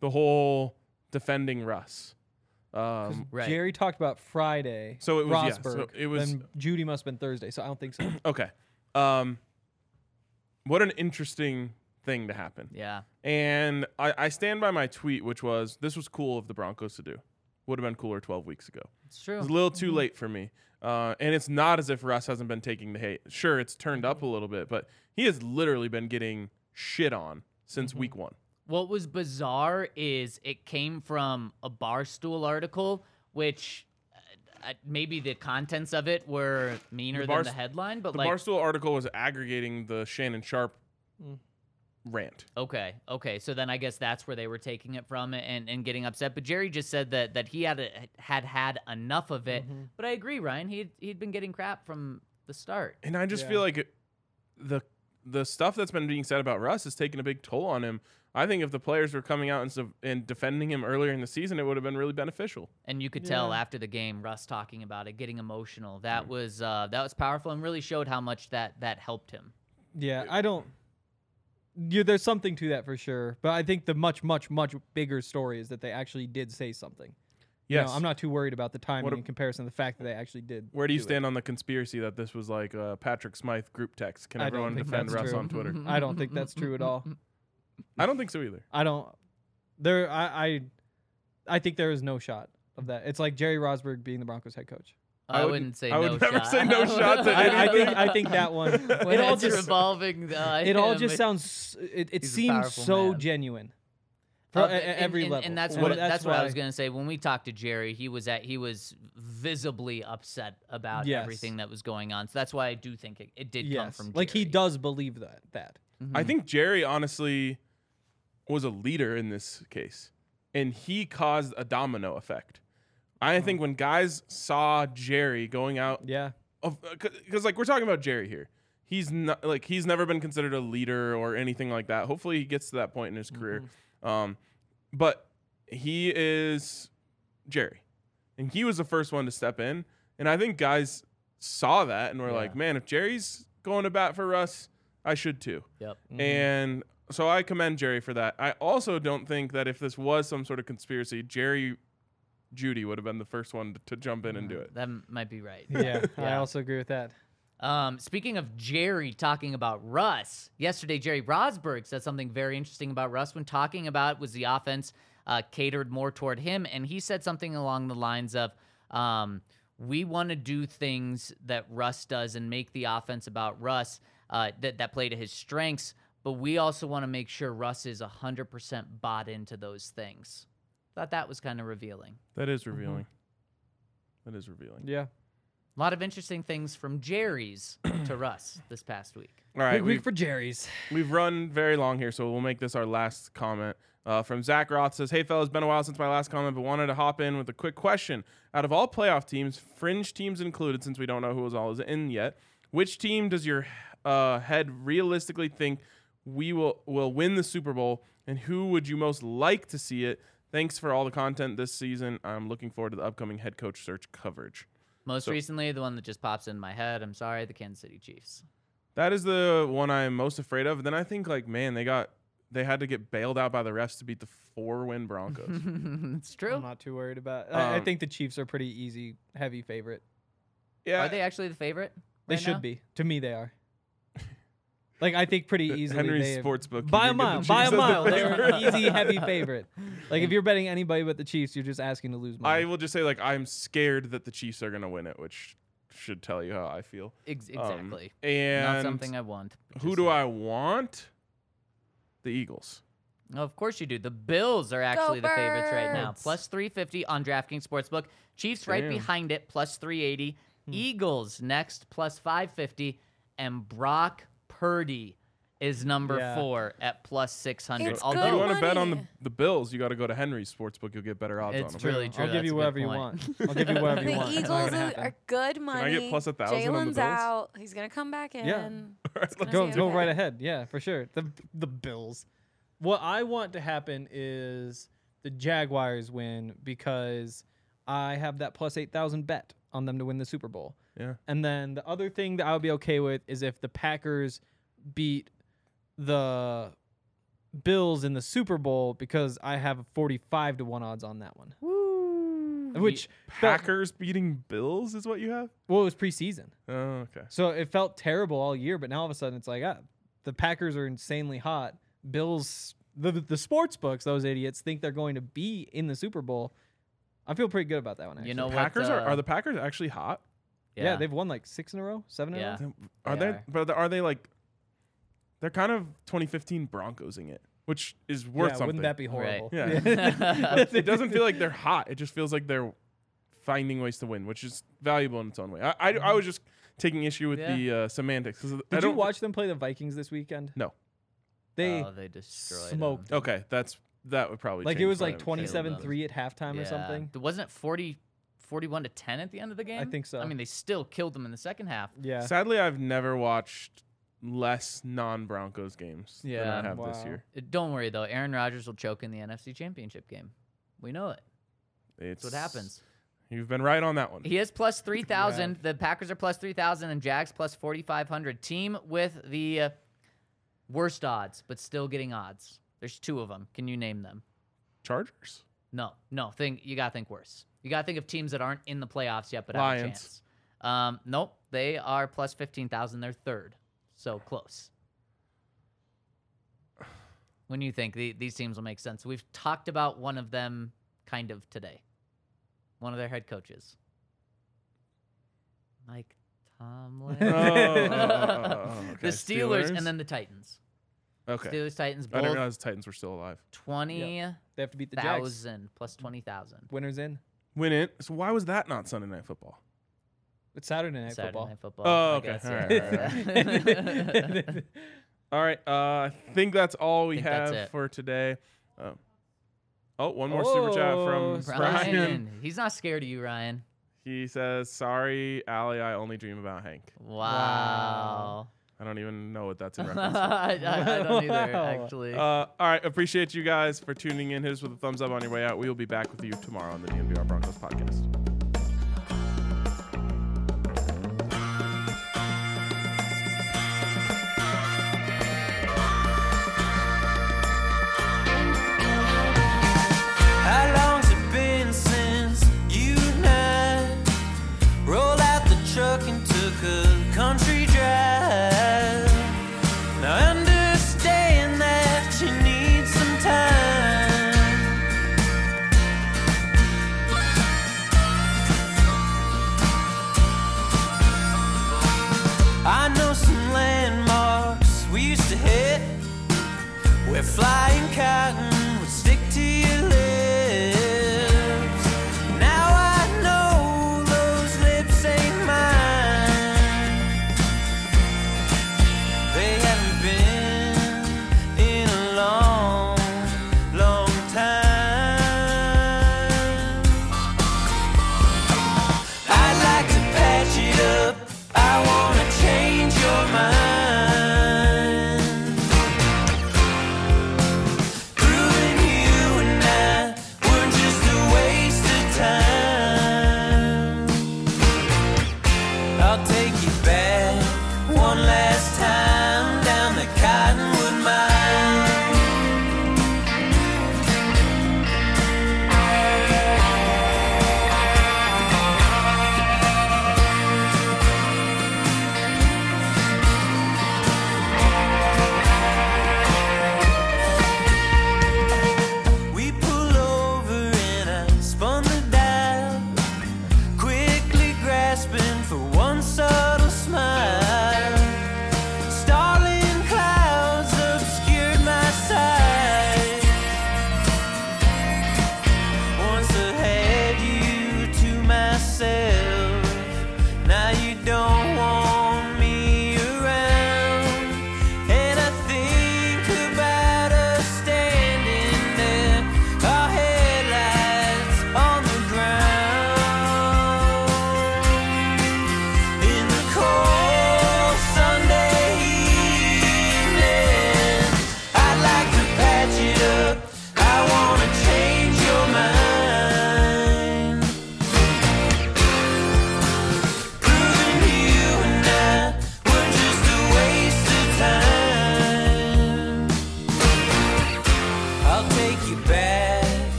The whole defending Russ. Um,
Right.
Jerry talked about Friday.
So it was- yeah, so
Rosberg.
it was-
Then Judy must have been Thursday. So I don't think so.
Okay. Um, what an interesting thing to happen.
Yeah.
And I, I stand by my tweet, which was this was cool of the Broncos to do. Would have been cooler 12 weeks ago.
It's
It
true. Mm-hmm.
was a little too late for me. Uh, and it's not as if Russ hasn't been taking the hate. Sure, it's turned up a
Mm-hmm.
little bit, but he has literally been getting shit on since
Mm-hmm.
week one.
What was bizarre is it came from a Barstool article, which uh, uh, maybe the contents of it were meaner than the
Barst-
headline, but
The
like,
Barstool article was aggregating the Shannon Sharp
Mm.
rant.
okay, okay. So then I guess that's where they were taking it from and, and getting upset. But Jerry just said that that he had a, had had enough of it. But I agree, Ryan. He he'd been getting crap from the start.
And I just feel like it, the the stuff that's been being said about Russ is taking a big toll on him. I think if the players were coming out and, sub- and defending him earlier in the season, it would have been really beneficial.
and you could tell after the game russ talking about it getting emotional that was uh that was powerful and really showed how much that that helped him
Yeah, I don't. Yeah, there's something to that for sure. But I think the much, much, much bigger story is that they actually did say something. You know,
Yes.
I'm not too worried about the timing
a-
in comparison to the fact that they actually did.
Where do you
it.
stand on the conspiracy that this was like uh, Patrick Smythe group text? Can
I don't
everyone
think
defend
that's
Russ
true. Mm-hmm.
on Twitter?
I don't think that's true at all.
I don't think so either.
I don't. There, I, I, I think there is no shot of that. It's like Jerry Rosberg being the Broncos head coach.
i,
would-
wouldn't say
I would
no
never
shot.
say no shot to
I, I think I think that one.
when
It all
it's
just
revolving uh,
it all
him,
just sounds. It, it
He's a
seems
powerful
so
man.
genuine.
Uh,
For-
but-
at- at
and-
every
and,
level.
and that's
Well,
what that's, what I
why-
was gonna say. When we talked to Jerry, he was at he was visibly upset about
Yes.
everything that was going on. So that's why I do think it, it did come
Yes,
from Jerry. Mm-hmm.
like he does believe that. That
I think Jerry honestly was a leader in this case, and he caused a domino effect.
Mm-hmm.
I think when guys saw Jerry going out
yeah.
because uh, like we're talking about Jerry here. He's not like he's never been considered a leader or anything like that. Hopefully, he gets to that point in his career. Um, but he is Jerry, and he was the first one to step in. And I think guys saw that and were like, "Man, if Jerry's going to bat for Russ, I should too."
Yep.
Mm-hmm.
And so I commend Jerry for that. I also don't think that if this was some sort of conspiracy, Jerry Judy would have been the first one to, to jump in and do it.
That m- might be right.
yeah, I also agree with that.
Um, speaking of Jerry talking about Russ, yesterday Jerry Rosberg said something very interesting about Russ when talking about was the offense uh, catered more toward him, and he said something along the lines of, um, "We want to do things that Russ does and make the offense about Russ uh, that that play to his strengths, but we also want to make sure Russ is hundred percent bought into those things." Thought that was kind of revealing.
That is revealing. That is revealing.
Yeah.
A lot of interesting things from Jerry's to Russ this past week.
All right,
Big week
we've,
for Jerry's.
we've run very long here, so we'll make this our last comment. Uh, from Zach Roth says, "Hey fellas, been a while since my last comment, but wanted to hop in with a quick question. Out of all playoff teams, fringe teams included, since we don't know who is all is in yet, which team does your uh, head realistically think we will will win the Super Bowl, and who would you most like to see it? Thanks for all the content this season. I'm looking forward to the upcoming head coach search coverage."
Most recently, the one that just pops in my head. I'm sorry, the Kansas City Chiefs.
That is the one I'm most afraid of. Then I think like, man, they got they had to get bailed out by the refs to beat the four win Broncos.
it's true.
I'm not too worried about. I, I
Um,
think the Chiefs are pretty easy, heavy favorite.
yeah.
Are they actually the favorite?
They
right
should
now?
be. To me, they are. Like I think pretty easily.
Henry's
they have-
sportsbook,
By
you
a
can get
mile.
the
By
Chiefs
a
as the
mile. They're an
favorite.
easy, heavy favorite. Like if you're betting anybody but the Chiefs, you're just asking to lose money.
I will just say like I'm scared that the Chiefs are gonna win it, which should tell you how I feel.
Ex-
Um,
exactly. not
and
something I want.
who do I want? The Eagles.
No, of course you do. The Bills are actually the favorites right now.
Birds.
Plus 350 on DraftKings Sportsbook. Chiefs right
Damn.
behind it, plus 380.
Hmm.
Eagles next, plus 550. And Brock Purdy is number
Yeah.
four at plus 600.
It's
if you
Although
good.
want to bet on the,
money.
the Bills, you got to go to Henry's Sportsbook. You'll get better odds on
it's
them.
really true.
I'll give
that's a
you
good
whatever you
point.
want. I'll give you whatever you
The
want. It's not
Eagles
gonna
are,
happen.
are good money.
I get plus 1,000 on the
Jalen's
Bills?
out. He's gonna come back in.
Yeah.
Alright,
It's gonna
go
be
go
okay.
right ahead. Yeah, for sure. The the Bills. What I want to happen is the Jaguars win because I have that plus eight thousand bet on them to win the Super Bowl.
Yeah.
And then the other thing that I would be okay with is if the Packers beat the Bills in the Super Bowl because I have forty five to one odds on that one. Which felt-
Packers beating Bills is what you have?
well, it was preseason.
Oh, okay.
So it felt terrible all year, but now all of a sudden it's like, ah, the Packers are insanely hot. Bills, the the sports books, those idiots think they're going to be in the Super Bowl. I feel pretty good about that one. Actually.
You know what?
Packers are,
uh,
are the Packers actually hot?
yeah. they've won like six in a row, seven in a
Yeah.
row.
Are
They
they?
are.
But are they like? They're kind of 2015 Broncosing it, which is
Yeah,
worth something.
wouldn't that be
Right.
horrible?
Yeah. it doesn't feel like they're hot. It just feels like they're finding ways to win, which is valuable in its own way. I I, I was just taking issue with
Yeah.
the uh, semantics. 'cause I
Mm-hmm. Did
don't
you watch them play the Vikings this weekend?
No.
They
oh, they destroyed 'em.
smoked
Okay, that's that would probably
like it
change
was
what
like
I'm saying.
twenty-
27-3 at halftime or
Yeah.
something.
Th- Wasn't it 40, 41 to 10 at the end of the game?
think so.
I mean, they still killed them in the second half.
Yeah.
Sadly, I've never watched less non-Broncos games than
Yeah.
I have this
Wow.
year.
Uh, Don't worry, though. Aaron Rodgers will choke in the NFC Championship game. We know it.
It's
That's what happens.
You've been right on that one.
He is plus 3,000. The Packers are plus 3,000 and Jags plus 4,500. Team with the uh, worst odds, but still getting odds. There's two of them. Can you name them?
Chargers.
No, no. Think you gotta think worse. You gotta think of teams that aren't in the playoffs yet, but have a
Lions.
chance. Um, nope, they are plus fifteen thousand. They're third, so close. When you think the, these teams will make sense, we've talked about one of them kind of today. One of their head coaches, Mike Tomlin.
Oh, oh, oh, oh, okay.
The Steelers, and then the Titans.
okay.
Steelers Titans
I didn't
both
realize the Titans were still alive.
twenty
They have to beat the Jags.
thousand plus twenty thousand.
Winners in.
Win it. So why was that not Sunday Night Football?
It's Saturday night
Saturday
football.
Night Football.
Oh,
I
okay.
guess,
All
yeah.
All right. Uh, I think that's all we
Think that's
have
it.
for today. Oh, oh one more super chat
Oh,
from
Brian.
Brian.
Brian, he's not scared of you, Ryan.
He says, "Sorry, Allie, I only dream about Hank."
Wow.
I don't even know what that's in reference. to.
I, I- I don't either,
Wow.
actually.
Uh, all right. Appreciate you guys for tuning in. Hit us with a thumbs up on your way out. We will be back with you tomorrow on the DNVR Broncos podcast.